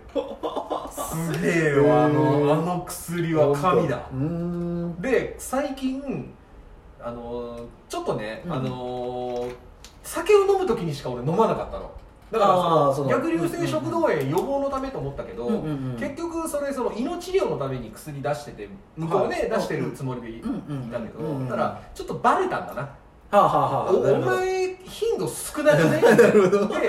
Speaker 2: すげえよあ
Speaker 1: へ
Speaker 2: の
Speaker 1: え
Speaker 2: あの薬は神だ
Speaker 1: うーん
Speaker 2: で最近あのーちょっとね、
Speaker 1: うん
Speaker 2: あのー酒を飲む時にしか俺飲まなかったのだから
Speaker 1: あー
Speaker 2: そ
Speaker 1: その
Speaker 2: の逆流性食道炎予防のためと思ったけど、
Speaker 1: うんうんうん
Speaker 2: 結局それその胃の治療のために薬出してて向こうね、
Speaker 1: はい
Speaker 2: 出してるつもりでいい
Speaker 1: うんうんうん
Speaker 2: たんだけど、
Speaker 1: うんうん
Speaker 2: ただちょっとバレたんだな、
Speaker 1: はあはあはあ
Speaker 2: お
Speaker 1: なる
Speaker 2: お
Speaker 1: ほど
Speaker 2: 前頻度少 なくねな
Speaker 1: るほど
Speaker 2: で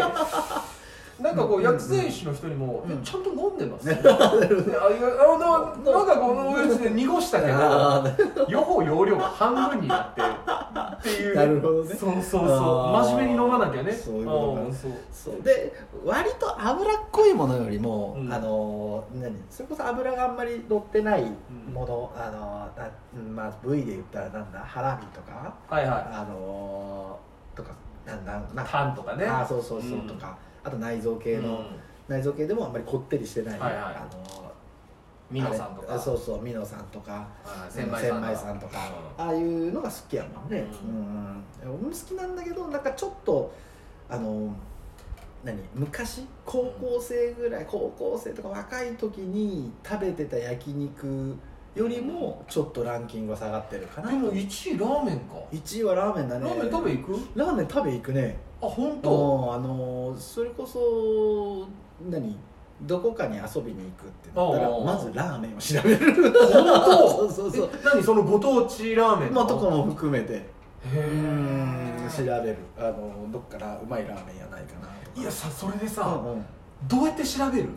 Speaker 2: なんかこ
Speaker 1: う
Speaker 2: うん
Speaker 1: うんうん
Speaker 2: 薬剤師の人にも、
Speaker 1: うん
Speaker 2: えちゃんと飲ん でます、ね、あいやあのなんかこのやつで濁したけど
Speaker 1: あー
Speaker 2: 予報容量が半分になってっていう
Speaker 1: なるほどね
Speaker 2: そうそうそ
Speaker 1: あ
Speaker 2: う
Speaker 1: ー
Speaker 2: 真面目に飲まなきゃね
Speaker 1: そういうことか
Speaker 2: んそう
Speaker 1: そうで割と脂っこいものよりも、
Speaker 2: うん
Speaker 1: あの何それこそ脂があんまり乗ってないもの、あのあうんまあ部位で言ったらなんだハラミとか
Speaker 2: はいは
Speaker 1: あのとかなんなんなん
Speaker 2: いタンとかね
Speaker 1: あーそうそうそう
Speaker 2: うん
Speaker 1: とか、あと内臓系の、
Speaker 2: うん
Speaker 1: 内臓系でもあんまりこってりしてない、
Speaker 2: はいはい
Speaker 1: あの
Speaker 2: ミノさんとか
Speaker 1: あれあそうそうミノさんとか
Speaker 2: はい
Speaker 1: 千
Speaker 2: 千枚
Speaker 1: 枚
Speaker 2: さん
Speaker 1: さんとか、ああいうのが好きやもんね、
Speaker 2: う
Speaker 1: うんん俺も好きなんだけどなんかちょっとあの何昔高校生ぐらい高校生とか若い時に食べてた焼肉よりもちょっとランキングは下がってるか
Speaker 2: うん
Speaker 1: な
Speaker 2: でも1位ラーメンか
Speaker 1: 1位はラーメンだね
Speaker 2: ラーメン食べ行く
Speaker 1: ラーメン食べ行くね
Speaker 2: あ本
Speaker 1: う
Speaker 2: 当
Speaker 1: んあのそれこそ何どこかに遊びに行くってなった
Speaker 2: おうおうお
Speaker 1: ら
Speaker 2: う
Speaker 1: まずラーメンを調べる
Speaker 2: 本当
Speaker 1: そうそうそう
Speaker 2: え何そのご当地ラーメン
Speaker 1: まあとかも含めて
Speaker 2: へ
Speaker 1: うん調
Speaker 2: え
Speaker 1: べるあのどっからうまいラーメンやないかなとか
Speaker 2: いやさそれで
Speaker 1: う
Speaker 2: さ
Speaker 1: んうん
Speaker 2: どうやって調べる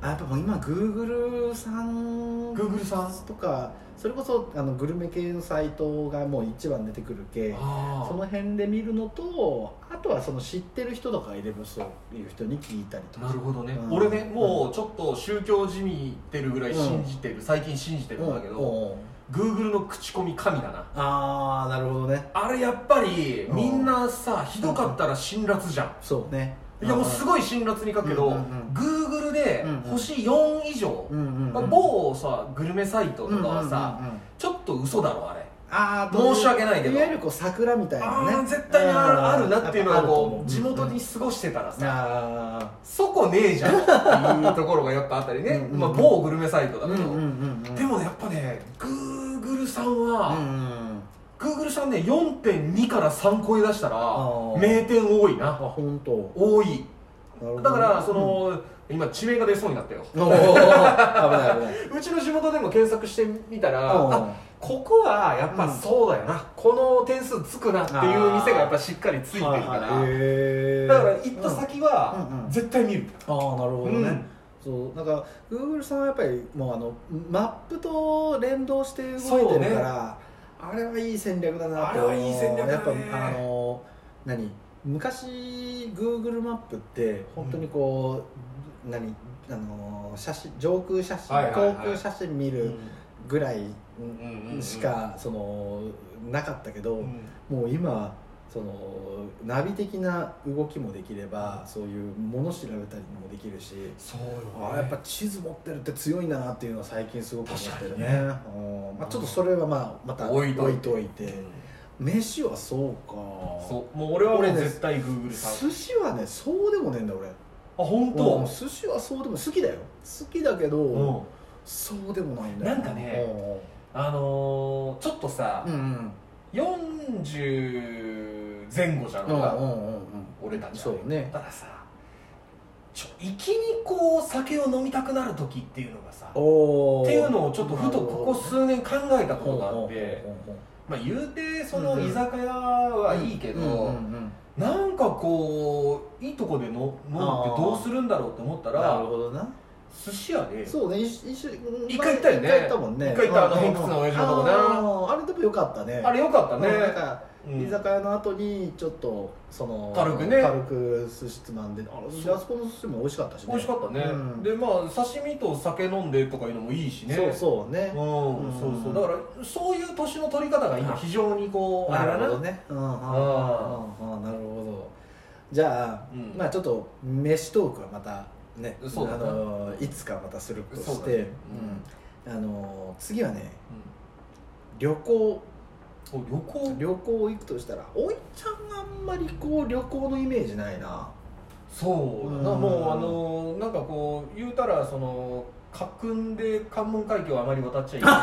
Speaker 1: あやっぱもう今グーグルさん
Speaker 2: Google さん
Speaker 1: とかそれこそあのグルメ系のサイトがもう一番出てくるけ
Speaker 2: あ
Speaker 1: その辺で見るのとあとはその知ってる人とかいればそういう人に聞いたりとか
Speaker 2: なるほどね、
Speaker 1: うん
Speaker 2: 俺ねもうちょっと宗教じみてるぐらい信じてる、最近信じてるんだけど、
Speaker 1: うんうん
Speaker 2: Google の口コミ神だな
Speaker 1: ああなるほどね
Speaker 2: あれやっぱり
Speaker 1: うん
Speaker 2: みんなさひどかったら辛辣じゃん、
Speaker 1: そうね
Speaker 2: いやもうす
Speaker 1: ごい
Speaker 2: ごい辛辣に書くけど、
Speaker 1: うんうんうん
Speaker 2: Google で
Speaker 1: うんうん
Speaker 2: 星4以上、
Speaker 1: うんうんうん
Speaker 2: まあ某さグルメサイトとかはさ、
Speaker 1: うんうんうんうん
Speaker 2: ちょっと嘘だろあれ
Speaker 1: あーどういう
Speaker 2: 申し訳ないけど
Speaker 1: いわゆるこう桜みたい
Speaker 2: あ
Speaker 1: な
Speaker 2: ー
Speaker 1: ね
Speaker 2: 絶対にあるあるなっていうのはこう地元に
Speaker 1: あ
Speaker 2: 過ごしてたら
Speaker 1: ると
Speaker 2: さ
Speaker 1: 思あ
Speaker 2: そこねえじゃんっていうところがやっぱあったりね
Speaker 1: うんうん
Speaker 2: まあ某グルメサイト
Speaker 1: ー
Speaker 2: だけど
Speaker 1: うんうんうんうん
Speaker 2: でもねやっぱねグーグルさん
Speaker 1: うんう
Speaker 2: は
Speaker 1: んうん
Speaker 2: グーグルさんね4.2から3超え出したら
Speaker 1: ー
Speaker 2: 名店多い
Speaker 1: あ
Speaker 2: な
Speaker 1: 本当
Speaker 2: 多い
Speaker 1: なるほど
Speaker 2: だからその今地名が出そうになったよ
Speaker 1: うん おー危ない危ないう
Speaker 2: ちの地元でも検索してみたら
Speaker 1: うん
Speaker 2: あここはやっぱそうだよな、この点数つくなっていう店がやっぱしっかりついてるから、
Speaker 1: はいはいへー
Speaker 2: だから行った先
Speaker 1: うんうん
Speaker 2: は
Speaker 1: うん
Speaker 2: 絶対見る、
Speaker 1: ああなるほどね、
Speaker 2: うん
Speaker 1: そうなんか Google さんはやっぱりもうあのマップと連動して動いてるから、あれはいい戦略だな
Speaker 2: あ
Speaker 1: と
Speaker 2: れはいい戦略だね
Speaker 1: やっぱあの何昔 Google マップって本当にこう、何あの写真上空写真、
Speaker 2: はいはいはい
Speaker 1: 航空写真見るぐらいしか、そのなかったけど、もう今そのナビ的な動きもできればそういうもの調べたりもできるし
Speaker 2: そうよ、
Speaker 1: ああやっぱ地図持ってるって強いんだなっていうのは最近すごく思ってるね
Speaker 2: 確かに
Speaker 1: うんまあ、ちょっとそれはまあまた
Speaker 2: 置いといて
Speaker 1: といて飯はそうか
Speaker 2: そうもう俺はもう
Speaker 1: 俺ね
Speaker 2: 絶対グーグルさん
Speaker 1: 寿司はねそうでもねえんだ俺
Speaker 2: あ本当、
Speaker 1: うん寿司はそうでも好きだよ好きだけど、
Speaker 2: うん
Speaker 1: そうでもないんだよ
Speaker 2: なんかねあのー、ちょっとさ、
Speaker 1: うんうん
Speaker 2: 40前後じゃん
Speaker 1: うんう
Speaker 2: か、
Speaker 1: んうんうん
Speaker 2: 俺たち
Speaker 1: そうね
Speaker 2: たださちょ粋にこう酒を飲みたくなる時っていうのがさ
Speaker 1: おー
Speaker 2: っていうのをちょっとふとここ数年考えたことがあっ
Speaker 1: うんうん
Speaker 2: て
Speaker 1: うんうん
Speaker 2: まあ言うてそ
Speaker 1: うん
Speaker 2: の
Speaker 1: うん
Speaker 2: 居酒屋はいいけど、
Speaker 1: うんうんうん
Speaker 2: なんかこういいとこで飲飲むってどうするんだろうって思った
Speaker 1: なる
Speaker 2: ら
Speaker 1: ほどな
Speaker 2: 寿司屋で
Speaker 1: そうね一一緒に
Speaker 2: 一回行ったよね
Speaker 1: 一回行ったもんね
Speaker 2: 一回行ったあの
Speaker 1: うん
Speaker 2: 偏屈な親父のとこね
Speaker 1: あーあれでもよかったね
Speaker 2: あれよかったね、
Speaker 1: なんか
Speaker 2: うん
Speaker 1: 居酒屋の後にちょっとその
Speaker 2: 軽くね
Speaker 1: 軽く寿司つまんであ
Speaker 2: そう
Speaker 1: であそこの寿司も美味しかったしね
Speaker 2: 美味しかったね、
Speaker 1: うん
Speaker 2: でまあ刺身と酒飲んでとかいうのもいいしね
Speaker 1: そうそうね
Speaker 2: うん
Speaker 1: うん
Speaker 2: そうそうだからそういう年の取り方が今非常にこうあ
Speaker 1: な
Speaker 2: れだ
Speaker 1: る
Speaker 2: な
Speaker 1: ほどねうんうんうんうんうんなるほどじゃあ
Speaker 2: うん
Speaker 1: まあちょっと飯トークはまたねあ
Speaker 2: そうだな
Speaker 1: のいつかまたすると
Speaker 2: そう
Speaker 1: し
Speaker 2: だね
Speaker 1: てうんあの次はね
Speaker 2: う
Speaker 1: 旅行
Speaker 2: んお旅行
Speaker 1: 旅行行くとしたらおいちゃんあんまりこう旅行のイメージないな
Speaker 2: そうだな、
Speaker 1: うん
Speaker 2: もうあのーなんかこう言うたらその家訓で関門海峡をあまり渡っちゃいけない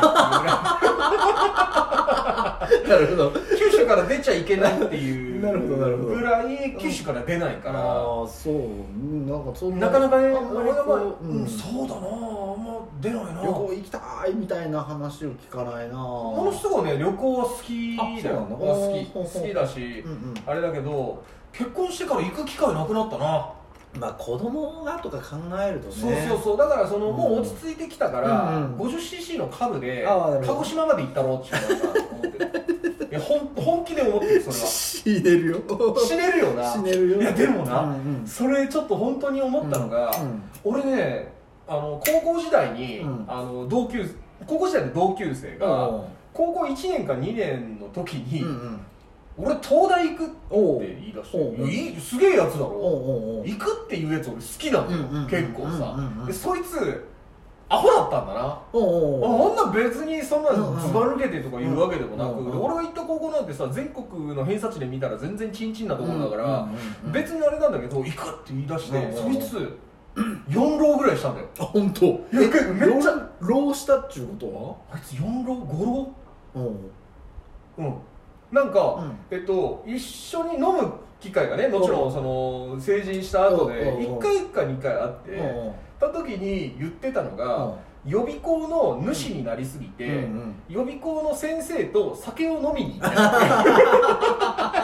Speaker 1: なるほど
Speaker 2: っていうぐらい九州から出ちゃいけないっていう
Speaker 1: なるほどなるほど
Speaker 2: ぐらい九州から出ないから、
Speaker 1: ああそううんなんかそん
Speaker 2: なかなかね
Speaker 1: あんまり
Speaker 2: 俺はまあ、
Speaker 1: こう
Speaker 2: う
Speaker 1: うんん
Speaker 2: そうだなあんま出ないな
Speaker 1: 旅行行きたいみたいな話を聞かないな
Speaker 2: この人がね旅行は好きだよ
Speaker 1: あそうなんだ
Speaker 2: 好き
Speaker 1: ほうほうほう
Speaker 2: 好きだし
Speaker 1: うんうん
Speaker 2: あれだけど結婚してから行く機会なくなったな、
Speaker 1: まあ子供がとか考えるとね
Speaker 2: そうそうそうだからその、
Speaker 1: うん
Speaker 2: もう落ち着いてきたから、
Speaker 1: うんうん
Speaker 2: 50cc の株で
Speaker 1: あーなるほ
Speaker 2: 鹿
Speaker 1: ど
Speaker 2: 児島まで行ったろうって思って るいやほん本気で思ってるそれは
Speaker 1: 死ねるよ
Speaker 2: 死ねるよな
Speaker 1: 死ねるよ
Speaker 2: いやでもな、
Speaker 1: うんうん
Speaker 2: それちょっと本当に思ったのが、
Speaker 1: うん
Speaker 2: 俺ねあの高校時代に、
Speaker 1: うん
Speaker 2: あの同級高校時代の同級生が、
Speaker 1: うん
Speaker 2: 高校1年か2年の時に、
Speaker 1: うんうん
Speaker 2: 俺東大行くって
Speaker 1: おう
Speaker 2: 言い出し
Speaker 1: お
Speaker 2: て
Speaker 1: う
Speaker 2: いやいいすげえやつだろ
Speaker 1: おうおうおう
Speaker 2: 行くっていうやつ俺好きなのよ、
Speaker 1: うんうんうん
Speaker 2: 結構さ、
Speaker 1: うんうん
Speaker 2: でそいつアホだったんだな、
Speaker 1: おうおう
Speaker 2: あんな別にそんな
Speaker 1: うんうん
Speaker 2: ずば抜けてとか言うわけでもなく、
Speaker 1: うんうん
Speaker 2: で俺が行った高校なんてさ全国の偏差値で見たら全然チンチンなところだから、
Speaker 1: うんうんうんうん
Speaker 2: 別にあれなんだけど行くって言い出して、
Speaker 1: うんうんうん
Speaker 2: そいつ4浪ぐらいしたんだよ
Speaker 1: あ本当
Speaker 2: いや結構めっちゃ
Speaker 1: ゃ浪したっちゅうこ
Speaker 2: あいつ4浪5浪
Speaker 1: とはうん
Speaker 2: うんなんか、
Speaker 1: うん
Speaker 2: えっと一緒に飲む機会がねもちろんその成人した後で
Speaker 1: うんうんうん
Speaker 2: 1回か2回あって
Speaker 1: うんうん
Speaker 2: た時に言ってたのが
Speaker 1: う
Speaker 2: 予備校の主になりすぎて、
Speaker 1: んうん
Speaker 2: 予備校の先生と酒を飲みに行った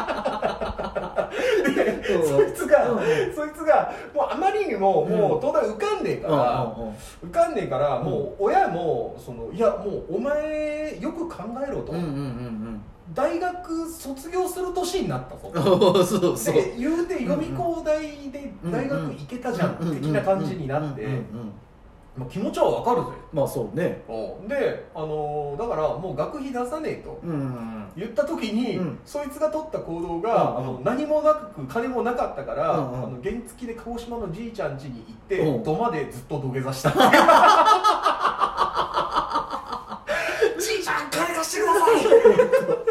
Speaker 2: ってで
Speaker 1: うん
Speaker 2: そいつが、
Speaker 1: うんうん
Speaker 2: そいつがもうあまりにも、
Speaker 1: うん
Speaker 2: もう東大受かんねえから、
Speaker 1: う
Speaker 2: 受かんねえから、
Speaker 1: うん
Speaker 2: もう親もそのいやもうお前よく考えろと、
Speaker 1: んうんうん
Speaker 2: 大学卒業する年になったぞ
Speaker 1: うんうんうん そうそう
Speaker 2: で言うて予備校大で大学行けたじゃん、的な感じになって、
Speaker 1: うんうんうん
Speaker 2: まあ、気持ちはわかるぜ
Speaker 1: まあそうね
Speaker 2: で、あのーだからもう学費出さねえと
Speaker 1: うんうん
Speaker 2: 言った時に、
Speaker 1: うん
Speaker 2: そいつが取った行動が、
Speaker 1: うんうん
Speaker 2: あの何もなく金もなかったから、
Speaker 1: うんうん
Speaker 2: あの原付で鹿児島のじいちゃん家に行って、
Speaker 1: うん
Speaker 2: 土間でずっ と土下座したじいちゃん金がらしてください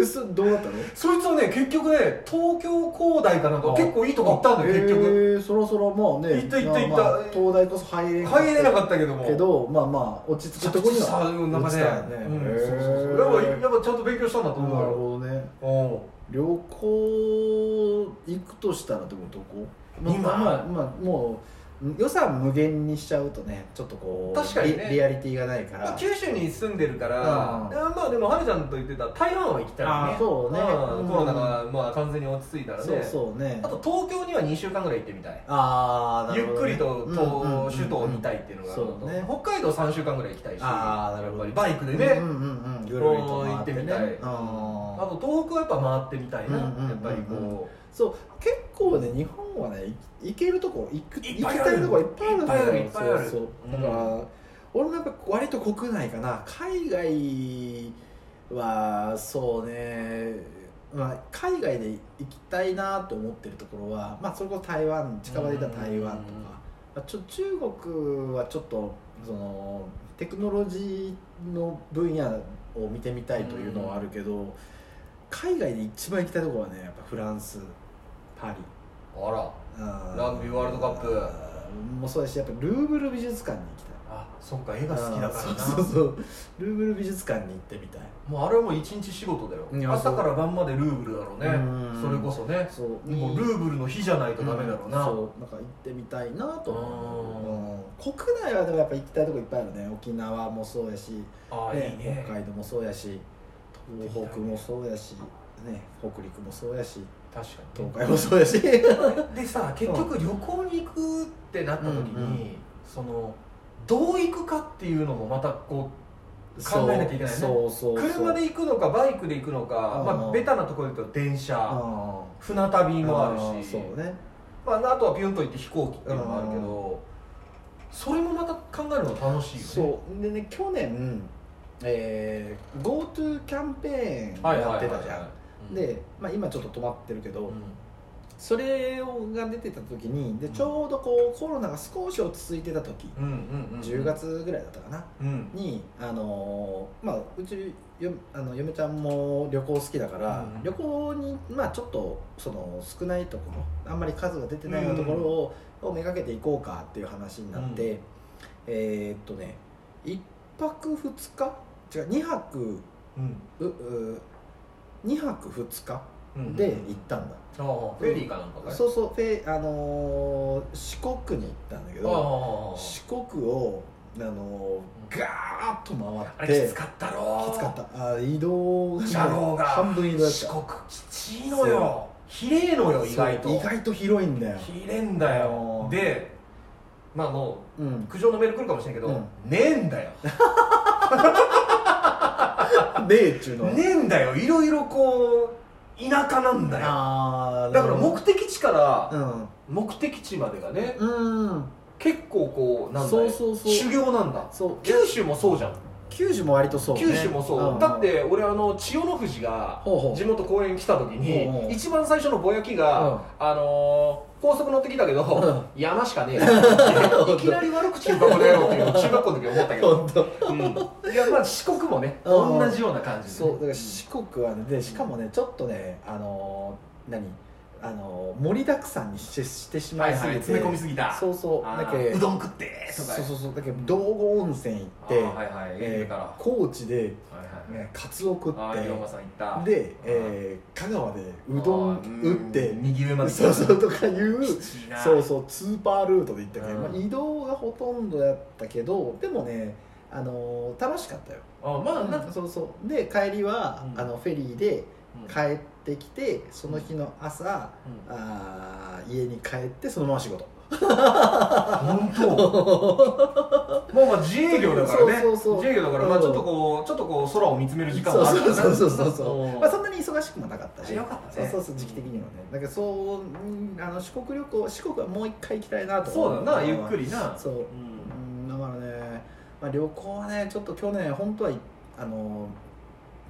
Speaker 1: えそどうなったの
Speaker 2: そいつはね結局ね東京工大かなんか結構いいとこ行ったんだよ結局
Speaker 1: えー、そろそろまあね
Speaker 2: 行った行った
Speaker 1: まあまあ
Speaker 2: 行った
Speaker 1: 東大こそ入れ
Speaker 2: 入れな
Speaker 1: っ
Speaker 2: かったけども
Speaker 1: たけどまあまあ落ち着くところには
Speaker 2: なんかねうん
Speaker 1: へー
Speaker 2: そうそうそうやっぱやっぱちゃんと勉強したんだと思
Speaker 1: なる
Speaker 2: う
Speaker 1: ほどね
Speaker 2: よ
Speaker 1: 旅行行くとしたらでもどこまあ
Speaker 2: 今
Speaker 1: まあ、まあ、もう予算無限にしちゃうとねちょっとこう
Speaker 2: 確かにね
Speaker 1: リリアリティがないか
Speaker 2: まあ
Speaker 1: ら
Speaker 2: 九州に住んでるから
Speaker 1: うん
Speaker 2: あまあでもはるちゃんと言ってた台湾は行きたいよ
Speaker 1: あ
Speaker 2: ね
Speaker 1: ーそうね
Speaker 2: ん
Speaker 1: うん
Speaker 2: コロナがまあ完全に落ち着いたらね
Speaker 1: そうそうね
Speaker 2: あと東京には2週間ぐらい行ってみたい
Speaker 1: ああな
Speaker 2: ゆ
Speaker 1: る
Speaker 2: っ
Speaker 1: ほど
Speaker 2: く
Speaker 1: ね
Speaker 2: りと
Speaker 1: うんうんうんうん
Speaker 2: と首都を見たいっていうのがあるのと
Speaker 1: そうね
Speaker 2: 北海道3週間ぐらい行きたいし
Speaker 1: あーなるほど
Speaker 2: やっぱりバイクで
Speaker 1: う
Speaker 2: ね
Speaker 1: んうんうんぐるりと回って,、ね、
Speaker 2: 行ってみたい
Speaker 1: うん
Speaker 2: あと東北はやっぱ回ってみたいな
Speaker 1: うんうんうんうん
Speaker 2: やっぱりこ
Speaker 1: そう結構ね日本はねい行けるとこ行く
Speaker 2: いっぱ
Speaker 1: 行
Speaker 2: い
Speaker 1: き
Speaker 2: ある
Speaker 1: たいとこいっぱいあるんだよ
Speaker 2: いっぱいあるいっぱいある
Speaker 1: そうそうだ
Speaker 2: うん
Speaker 1: から、俺もやっぱ割と国内かな海外はそうねまあ、海外で行きたいなと思ってるところは、まあ、それこそ台湾近場で言ったら台湾と
Speaker 2: うん
Speaker 1: か、まあ、ちょ中国はちょっとそのテクノロジーの分野を見てみたいというのはあるけど、海外で一番行きたいところはねやっぱフランスパリ
Speaker 2: うあら
Speaker 1: ラ
Speaker 2: ラグビーワールドカップ
Speaker 1: もうそうだしやっぱルーブル美術館に行きたい
Speaker 2: あそっか絵が好きだか
Speaker 1: あ
Speaker 2: ら
Speaker 1: ーそうそう
Speaker 2: な
Speaker 1: そうルーブル美術館に行ってみたい
Speaker 2: もうあれはもう一日仕事だ
Speaker 1: いや
Speaker 2: よ
Speaker 1: そ
Speaker 2: 朝
Speaker 1: う
Speaker 2: から晩までルーブルだろうね
Speaker 1: うん
Speaker 2: それこそね
Speaker 1: そう
Speaker 2: もうルーブルの日じゃないとダメだろうな、
Speaker 1: そうなんか行ってみたいなと思う、うん、国内はでもやっぱ行きたいとこいっぱいあるね沖縄もそうやし、ね
Speaker 2: ああいいね
Speaker 1: 北海道もそうやし東北もそうやし、ね、北陸もそうやし
Speaker 2: 確か
Speaker 1: 東
Speaker 2: に
Speaker 1: 海もそうやし
Speaker 2: でさ結局旅行に行くってなった時に、
Speaker 1: うんうん
Speaker 2: そのどう行くかっていうのもまたこ 考えなきゃいけないね
Speaker 1: そうそううそう
Speaker 2: 車で行くのかバイクで行くのか、
Speaker 1: うん
Speaker 2: まあ、ベタなところで言うと電車
Speaker 1: あー
Speaker 2: 船旅もあるし
Speaker 1: そうね
Speaker 2: まあ、あとはピュンと行って飛行機っていうのもあるけどそれもまた考えるの楽しいよね
Speaker 1: そうでね去年、えー、GoTo キャンペーン
Speaker 2: はいはい
Speaker 1: や
Speaker 2: は
Speaker 1: っ
Speaker 2: い
Speaker 1: てたじゃん、
Speaker 2: うん
Speaker 1: で、まあ、今ちょっと止まってるけど、
Speaker 2: うん
Speaker 1: それが出てた時にでちょうどこうコロナが少し落ち着いてた時、
Speaker 2: うんうんうん
Speaker 1: 10月ぐらいだったかな
Speaker 2: うん
Speaker 1: にあのーまあうちよあの嫁ちゃんも旅行好きだから、
Speaker 2: うん
Speaker 1: 旅行にまあちょっとその少ないところあんまり数が出てないようなところを,、をめがけていこうかっていう話になって、
Speaker 2: うん
Speaker 1: えーっとね1泊2日違う2泊
Speaker 2: うん
Speaker 1: うう2泊2日
Speaker 2: うん
Speaker 1: で行ったんだ、
Speaker 2: ああフェリーかなんかかい
Speaker 1: そうそうフェ、あのー四国に行ったんだけ
Speaker 2: あああ
Speaker 1: ど
Speaker 2: あああ
Speaker 1: 四国を、あのーガーッと
Speaker 2: あ
Speaker 1: 回って
Speaker 2: れきつかったろ
Speaker 1: きつかったあ移動
Speaker 2: じゃろうが
Speaker 1: 半分移動だった
Speaker 2: 四国きちいのよひれえのよ意外と
Speaker 1: そう意外と広いんだよ
Speaker 2: ひれんだよ
Speaker 1: うん
Speaker 2: でまあも
Speaker 1: う
Speaker 2: うん苦情のメール来るかもしれんけど、
Speaker 1: うん
Speaker 2: ねえんだよ
Speaker 1: 例っちゅうのは
Speaker 2: ねえんだよいろいろこう田舎なんだよ
Speaker 1: あー
Speaker 2: だから
Speaker 1: なるほ
Speaker 2: 目的地から
Speaker 1: ど
Speaker 2: 目的地までがね
Speaker 1: うんうん
Speaker 2: 結構こうなんだよ
Speaker 1: そうそうそう
Speaker 2: 修行なんだ
Speaker 1: そう
Speaker 2: 九州もそうじゃん、
Speaker 1: 九州も割とそうね
Speaker 2: 九州もそう、
Speaker 1: ん
Speaker 2: だって俺あの千代の富士が
Speaker 1: ほうほう
Speaker 2: 地元公園来た時に、
Speaker 1: うんうん
Speaker 2: 一番最初のぼやきが、
Speaker 1: うん
Speaker 2: あのー高速乗ってきたけど、
Speaker 1: う
Speaker 2: 山しか ねえよいきなり悪口言うかこの野郎っていうのを中学校の時思ったけど、
Speaker 1: 本当
Speaker 2: うんいやまあ四国もね
Speaker 1: うん
Speaker 2: 同じような感じで
Speaker 1: そう
Speaker 2: ね、
Speaker 1: だから四国はねでしかもねちょっとねあのー何あのー盛りだくさんにしてしてしま
Speaker 2: はいい
Speaker 1: す
Speaker 2: は
Speaker 1: ぎ
Speaker 2: い詰
Speaker 1: て
Speaker 2: め込みすぎた
Speaker 1: そうそう
Speaker 2: あ
Speaker 1: だ
Speaker 2: ー
Speaker 1: け
Speaker 2: うどん食ってとか
Speaker 1: そうそうそうだけ道後温泉行って、
Speaker 2: あーはいはい
Speaker 1: え
Speaker 2: 愛媛
Speaker 1: ー
Speaker 2: から、
Speaker 1: 高知で、
Speaker 2: はいはい
Speaker 1: ね、カツオ食っ
Speaker 2: あー龍馬
Speaker 1: て
Speaker 2: さん行った
Speaker 1: で、えー香川でうどん
Speaker 2: あー
Speaker 1: 打って
Speaker 2: うん右上まで
Speaker 1: そう
Speaker 2: う
Speaker 1: そうとかいうそう
Speaker 2: う
Speaker 1: そうツーパールートで行ったけど、
Speaker 2: うん
Speaker 1: まあ、移動がほとんどやったけどでもねあのー楽しかったよ、
Speaker 2: あまあなんか
Speaker 1: そうそうで帰りは、
Speaker 2: うん
Speaker 1: あのフェリーで
Speaker 2: うん
Speaker 1: 帰ってきてその日の朝、
Speaker 2: うん
Speaker 1: あー家に帰ってそのまま仕事
Speaker 2: 本当 まあまあ自営業だからね
Speaker 1: そうそうそう
Speaker 2: 自営業だから、まあ、ちょっとこうちょっとこう空を見つめる時間もあるからね
Speaker 1: そうそうそうそうそう
Speaker 2: うん
Speaker 1: まあ、そんなに忙しくもなかったし
Speaker 2: よかったね
Speaker 1: そうそうそう時期的にもねだからそう、うん、あの四国旅行四国はもう一回行きたいなと
Speaker 2: そうだなゆっく
Speaker 1: り
Speaker 2: りな
Speaker 1: そう
Speaker 2: う
Speaker 1: う
Speaker 2: ん
Speaker 1: んだからね、まあ、旅行はねちょっと去年本当はいあの